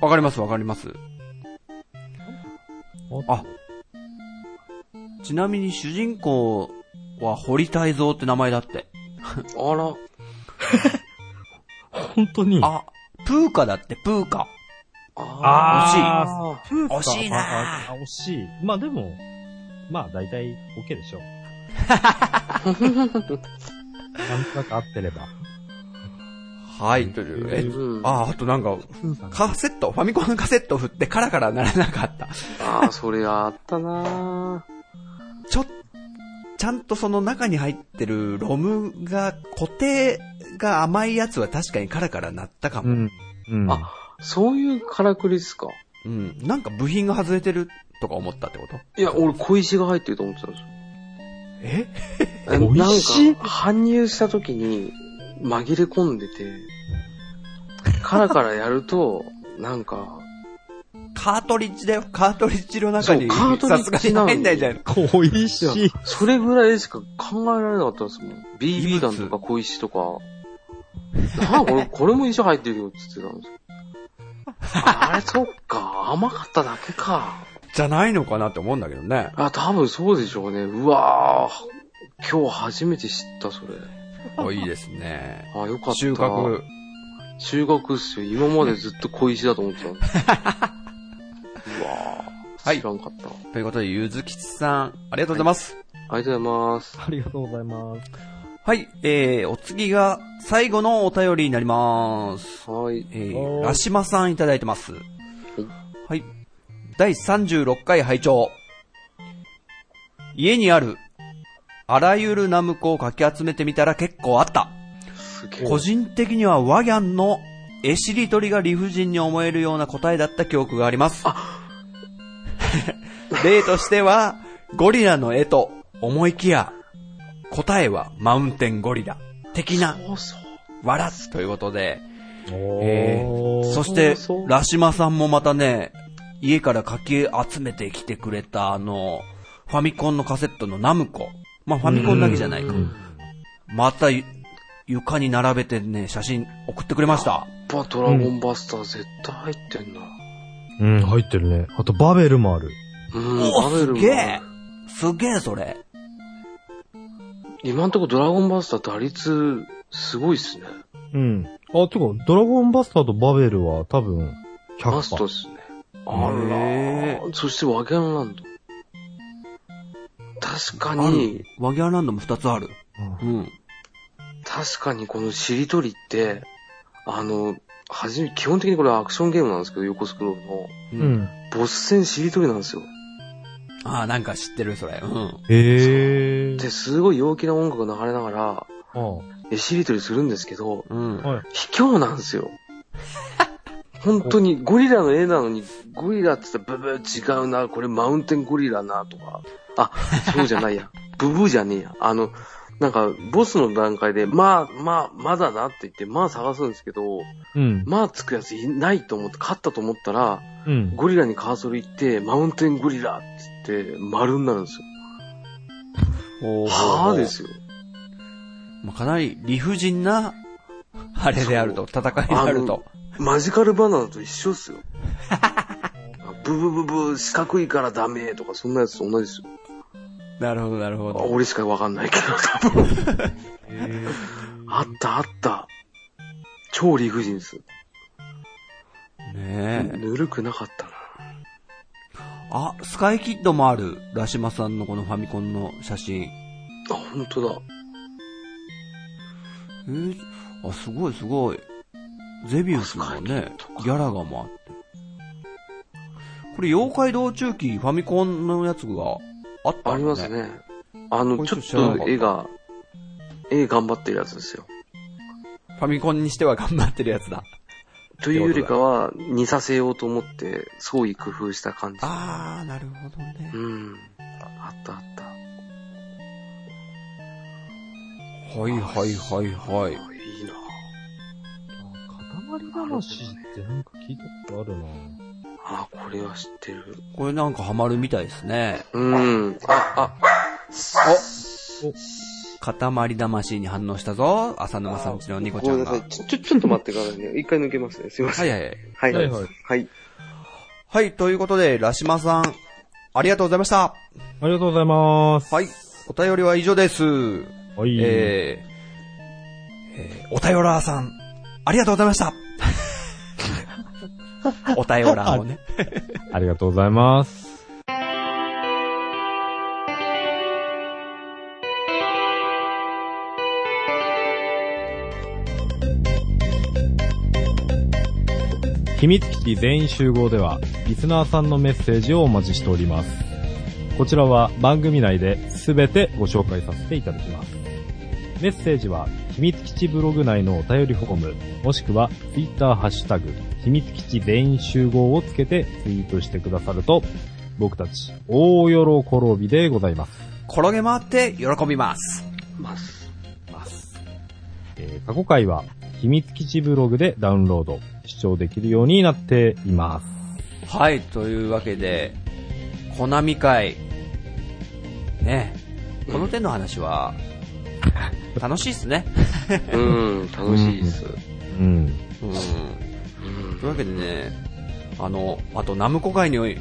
わかりますわかります。あちなみに主人公は堀泰造って名前だって。
あら、
本当に
あ、プーカだって、プーカ。
あ
ー
プーか
惜しいな
あ、あ惜しい。まあでも、まあ大体 OK で
<laughs>
しょう。なんとなく合ってれば。
はい、という。え
惜しい。、うん、あ
あ、あとなんか、
プーさんが
カセット、ファミコンのカセットを振ってカラカラならなかった。
あー、それあったな
ちょ、ちゃんとその中に入ってるロムが、固定が甘いやつは確かにカラカラなったか
う
も。
ん。うん。
あーそういうからくりっすか。
うん、なんか部品が外れてるとか思ったってこと
いや、俺小石が入ってると思ってたんですよ。
え
え
小石
なんか、搬入した時に紛れ込んでて、カラカラやると、なんか、
カートリッジだよ。カートリッジの中に。
そうカートリッジ
さ
な
すが
のに
に入んないじゃん。
小
いや
石。
それぐらいしか考えられなかったんですもん。
異物
BB 弾とか小石とか。なんかこれ、 <laughs> これも石入ってるよって言ってたんですよ。あれ、そっか。甘かっただけか。
じゃないのかなって思うんだけど
<laughs>
ね。
あ、多分そうでしょうね。うわぁ。今日初めて知った、それ。
おいいですね。
あ、よかった。
収穫。。
収穫っすよ。今までずっと小石だと思っ
<laughs>
てたんです。うわ
は
ぁ。
い
知らんかった。
ということで、ゆずきちさん、ありがとうございます。
ありがとうございます。
ありがとうございます。
はい、えー、お次が最後のお便りになります。
はい。
えー、
おー
ラシマさんいただいてます。はい。第36回拝聴家にある、あらゆるナムコをかき集めてみたら結構あった。
すげえ。
個人的にはワギャンの絵しりとりが理不尽に思えるような答えだった記憶があります。 <laughs> 例としては、ゴリラの絵と思いきや、答えはマウンテンゴリラ的な
そうそう。
笑っということで、
お
え
ー
そして
そうそ、う
ラシマさんもまたね、家からかき集めてきてくれたあの、ファミコンのカセットのナムコ。まあファミコンだけじゃないか
う。ん
またゆ床に並べてね、写真送ってくれました。
やっぱドラゴンバスター絶対入ってんな。
うん、入ってるね。あと、バベルもある。
うん、
お
バベ
す
ルも
げえすげえそれ。
今んとこドラゴンバスター打率、すごいっすね。
うん。あ、てか、ドラゴンバスターとバベルは多分、100%。
マストっすね。あ
へ
ら。そしてワギャンランド。確か
あ
に
る、。ワギャーランドも2つある。
う。
うん。
確かにこのしりとりって、あの、はじめ、基本的にこれアクションゲームなんですけど、横スクロールの。
うん
うん。
ボス戦しりとりなんですよ。
ああ、なんか知ってる、それ。うん。
へえ。
で、すごい陽気な音楽が流れながら、
ああ。
えしりとりするんですけど、
うん。
はい。
卑怯なんですよ。本当にゴリラの絵なのに、ゴリラって言ったらブブー違うな、これマウンテンゴリラな、とか。あ、そうじゃないや。ブブーじゃねえや。あの、なんか、ボスの段階で、まあ、まあ、まだなって言って、まあ探すんですけど、
うん。
まあつくやついないと思って、勝ったと思ったら、
うん。
ゴリラにカーソル行って、マウンテンゴリラって言って、丸になるんですよ。
ほうほうほ
は
う
ぁですよ。
まあ、かなり理不尽な、あれであると、戦いであると。
マジカルバナナと一緒っすよ。 <laughs> ブブブブ、四角いからダメとか、そんなやつと同じですよ。
なるほど、なるほ
あ
ど。
俺しかわかんないけど、多分。
へ
あったあった。超理不尽です。
ねえ。
ぬるくなかったな。
あ、スカイキッドもある。ラシマさんのこのファミコンの写真。
あ、ほんとだ。
えー、あ、すごいすごい。ゼビウスもね
あスカイキッド、か
ギャラガもあって。これ、妖怪道中記、ファミコンのやつがあった
あります。ね。あ
こ
の、
れ
ち
ちょっ
ょ
と
っ
知らなかった
と絵が、絵頑張ってるやつですよ。
ファミコンにしては頑張ってるやつだ。
というよりかは、似させようと思って、創意工夫した感じ。
あー、なるほどね
う。ん。あったあった。
はいはいはいはい。
あいいな
塊魂ってなんか聞いたことあるな
あ、これは知ってる。
これなんかハマるみたいですね。
うん。あ、あ、
塊魂に反応したぞ。浅沼さんちのニコちゃんが。
ごめんなさい。ちょ、ちょっと待ってくださいね。一回抜けますね。すいま
は
せん。
いはい。
はい。
はいはい
はい。
はい、ということで、ラシマさん、ありがとうございました。
ありがとうございます。
はい、お便りは以上です。
はい。
えーえーお便らーさん、ありがとうござい
<laughs>
ました。お便らーをね。
ありがとうございます。秘密基地全員集合では、リスナーさんのメッセージをお待ちしております。こちらは番組内で全てご紹介させていただきます。メッセージは、秘密基地ブログ内のお便りフォーム、もしくは、ツイッターハッシュタグ、秘密基地全員集合をつけてツイートしてくださると、僕たち、大喜びでございます。
転げ回って喜びます。
ます。
えー過去回は、秘密基地ブログでダウンロード、視聴できるようになっています。
はい、というわけで、コナミ会、ね、この手の話は、楽しいっすね。
うん、楽しいです。
うん。
うん
うん
というわけでね、あの、あと、ナムコ会におい、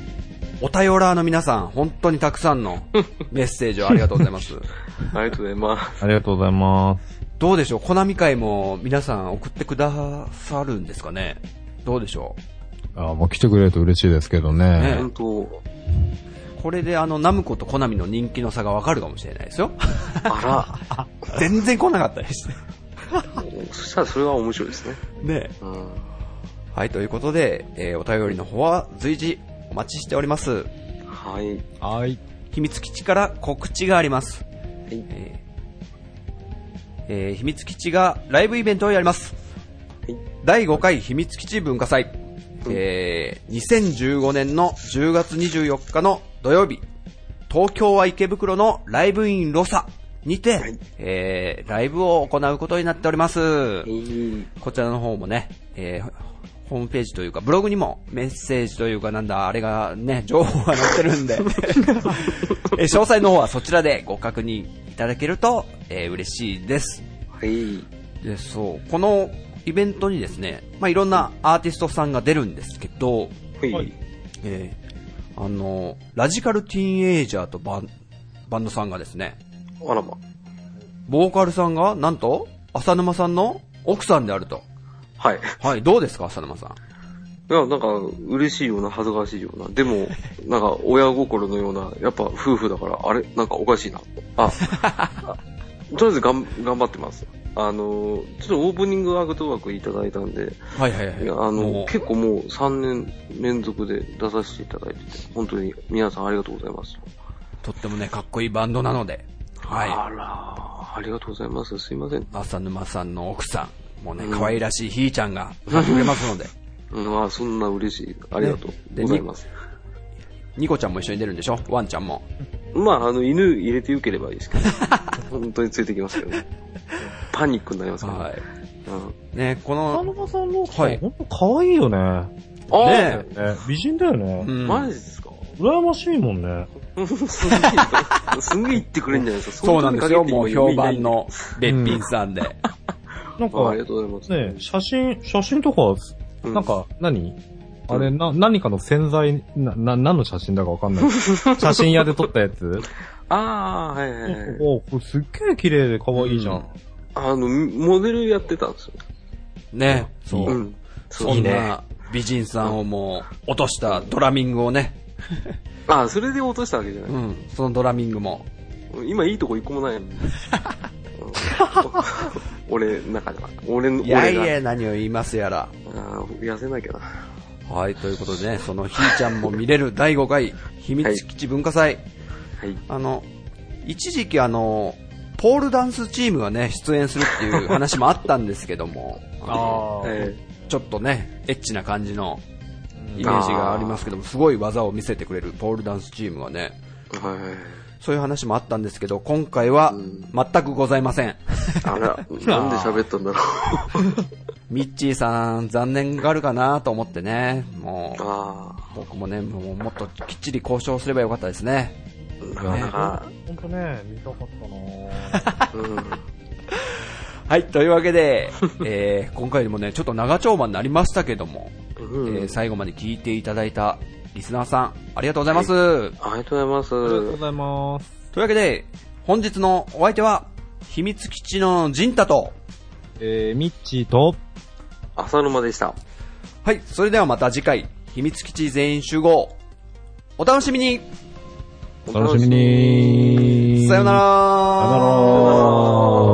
お便らーの皆さん、本当にたくさんのメッセージをありがとうございます。
ありがとうございます。
ありがとうございます。
どうでしょうコナミ会も皆さん送ってくださるんですかねどうでしょ
あもう来てくれると嬉しいですけど
ね
本当、
うこれであの、ナムコとコナミの人気の差がわかるかもしれないですよ。 <laughs>
あ
全然来なかったりして。
ら、そしたらそれは面白いですね。
<laughs> ね
うん。
はい、ということで、えーお便りの方は随時お待ちしております。
はい。
はい。
秘密基地から告知があります。
い
えーえー秘密基地がライブイベントをやります。
はい
第5回秘密基地文化祭、えー2015年の10月24日の土曜日、東京は池袋のライブインロサにて、
はい
えーライブを行うことになっております
え。ー
こちらの方もね、えーホームページというか、ブログにもメッセージというか、なんだ、あれがね、情報が載ってるんで、えー詳細の方はそちらでご確認いただけると、えー嬉しいです。
はい。
で、そう、このイベントにですね、まあ、いろんなアーティストさんが出るんですけど、
は
はいい。
えーあの、ラジカルティーンエイジャーとバンバンドさんがですね、
あらま。
ボーカルさんが、なんと、浅沼さんの奥さんであると。
はい。
はい、どうですか、浅沼さん。
いや、なんか、嬉しいような、恥ずかしいような。でも、なんか、親心のような、やっぱ、夫婦だから、あれなんかおかしいな。あ、 <laughs> あとりあえずがん、頑張ってます。あの、ちょっとオープニングアークトワークいただいたんで、
はいはいはいい。
やあ
も
の、
う
結構もう3年連続で出させていただいてて、本当に皆さんありがとうございます。
とってもね、かっこいいバンドなので、は
あら、ありがとうございます。すいません
い。。浅沼さんの奥さん、もうね、
うん
可愛らしいひーちゃんが歌ってくれます <laughs> ので、
うん、あそんな嬉しい。ありがとう
で
ございます。
ニコちゃんも一緒に出るんでしょワンちゃんも。
まあ、あの、犬入れてよければいいですけ
<laughs>
ど、本当についてきますけどね。パニックになりますから、ね。
はい。
うん
ね、こ
田
の、
中さんの奥さん、
はい
ほんと可愛いよね。
あ
ね
ね美人だよね。
うん
マジですか
羨ましいもんね。
すんげえ、すんげえ言ってくれんじゃないです
<laughs>
か。
そうなんですよ、
そ
もう
人
評
に限って
判のべっぴんさんで。
なん
今いない。あ
か
あり、がとうござい
ね写真、写真とか、
ます。
なんか、何あれ、な、何かの洗剤、な、な、何の写真だかわかん <laughs> ない。写真屋で撮ったやつ
うん、ああ、はいはいはい。
おこれすっげえ綺麗で可愛いじゃん。
あの、モデルやってたんですよ。
ね、そうう。
ん。
そ。
そ
いいうね
な美人さんをもう、落としたドラミングをね、
ああ、それで落としたわけじゃない。
うん、そのドラミングも。
今いいとこ一個もないの
<laughs>
うん俺の中では。俺の、
いやい
俺が
や、何を言いますやら。
あー痩せなきゃな。
はい、ということでね、そのひーちゃんも見れる第5回、秘密基地文化祭。
はい。
あの、一時期あの、ポールダンスチームがね、出演するっていう話もあったんですけど
<laughs>
も、の
あ
え
ちょっとね、エッチな感じのイメージがありますけども、すごい技を見せてくれるポールダンスチームはね、
ーはいはいはい。
そういう話もあったんですけど、今回は
うん
全くございません。
あら、
<laughs>
なんで喋ったんだろう。
ミッチーさん、残念があるかなと思ってね、もう、
あ
僕もね、もうもっときっちり交渉すればよかったです
<laughs>
ね。
あ、なかなか、
ほんとね、見たかったな
うん。
はい、というわけで、えー今回もね、ちょっと長丁場になりましたけども、
うん
えー最後まで聞いていただいたリスナーさん、ありがとうございます。
ありがとうござ
ありがとう
い
ご
ます。
ざいます。
というわけで、本日のお相手は、秘密基地のジンタと、
えー、ミッチーと、
浅沼でした。
はい、それではまた次回、秘密基地全員集合、お楽しみに
お楽しみに
さよなら
さよなら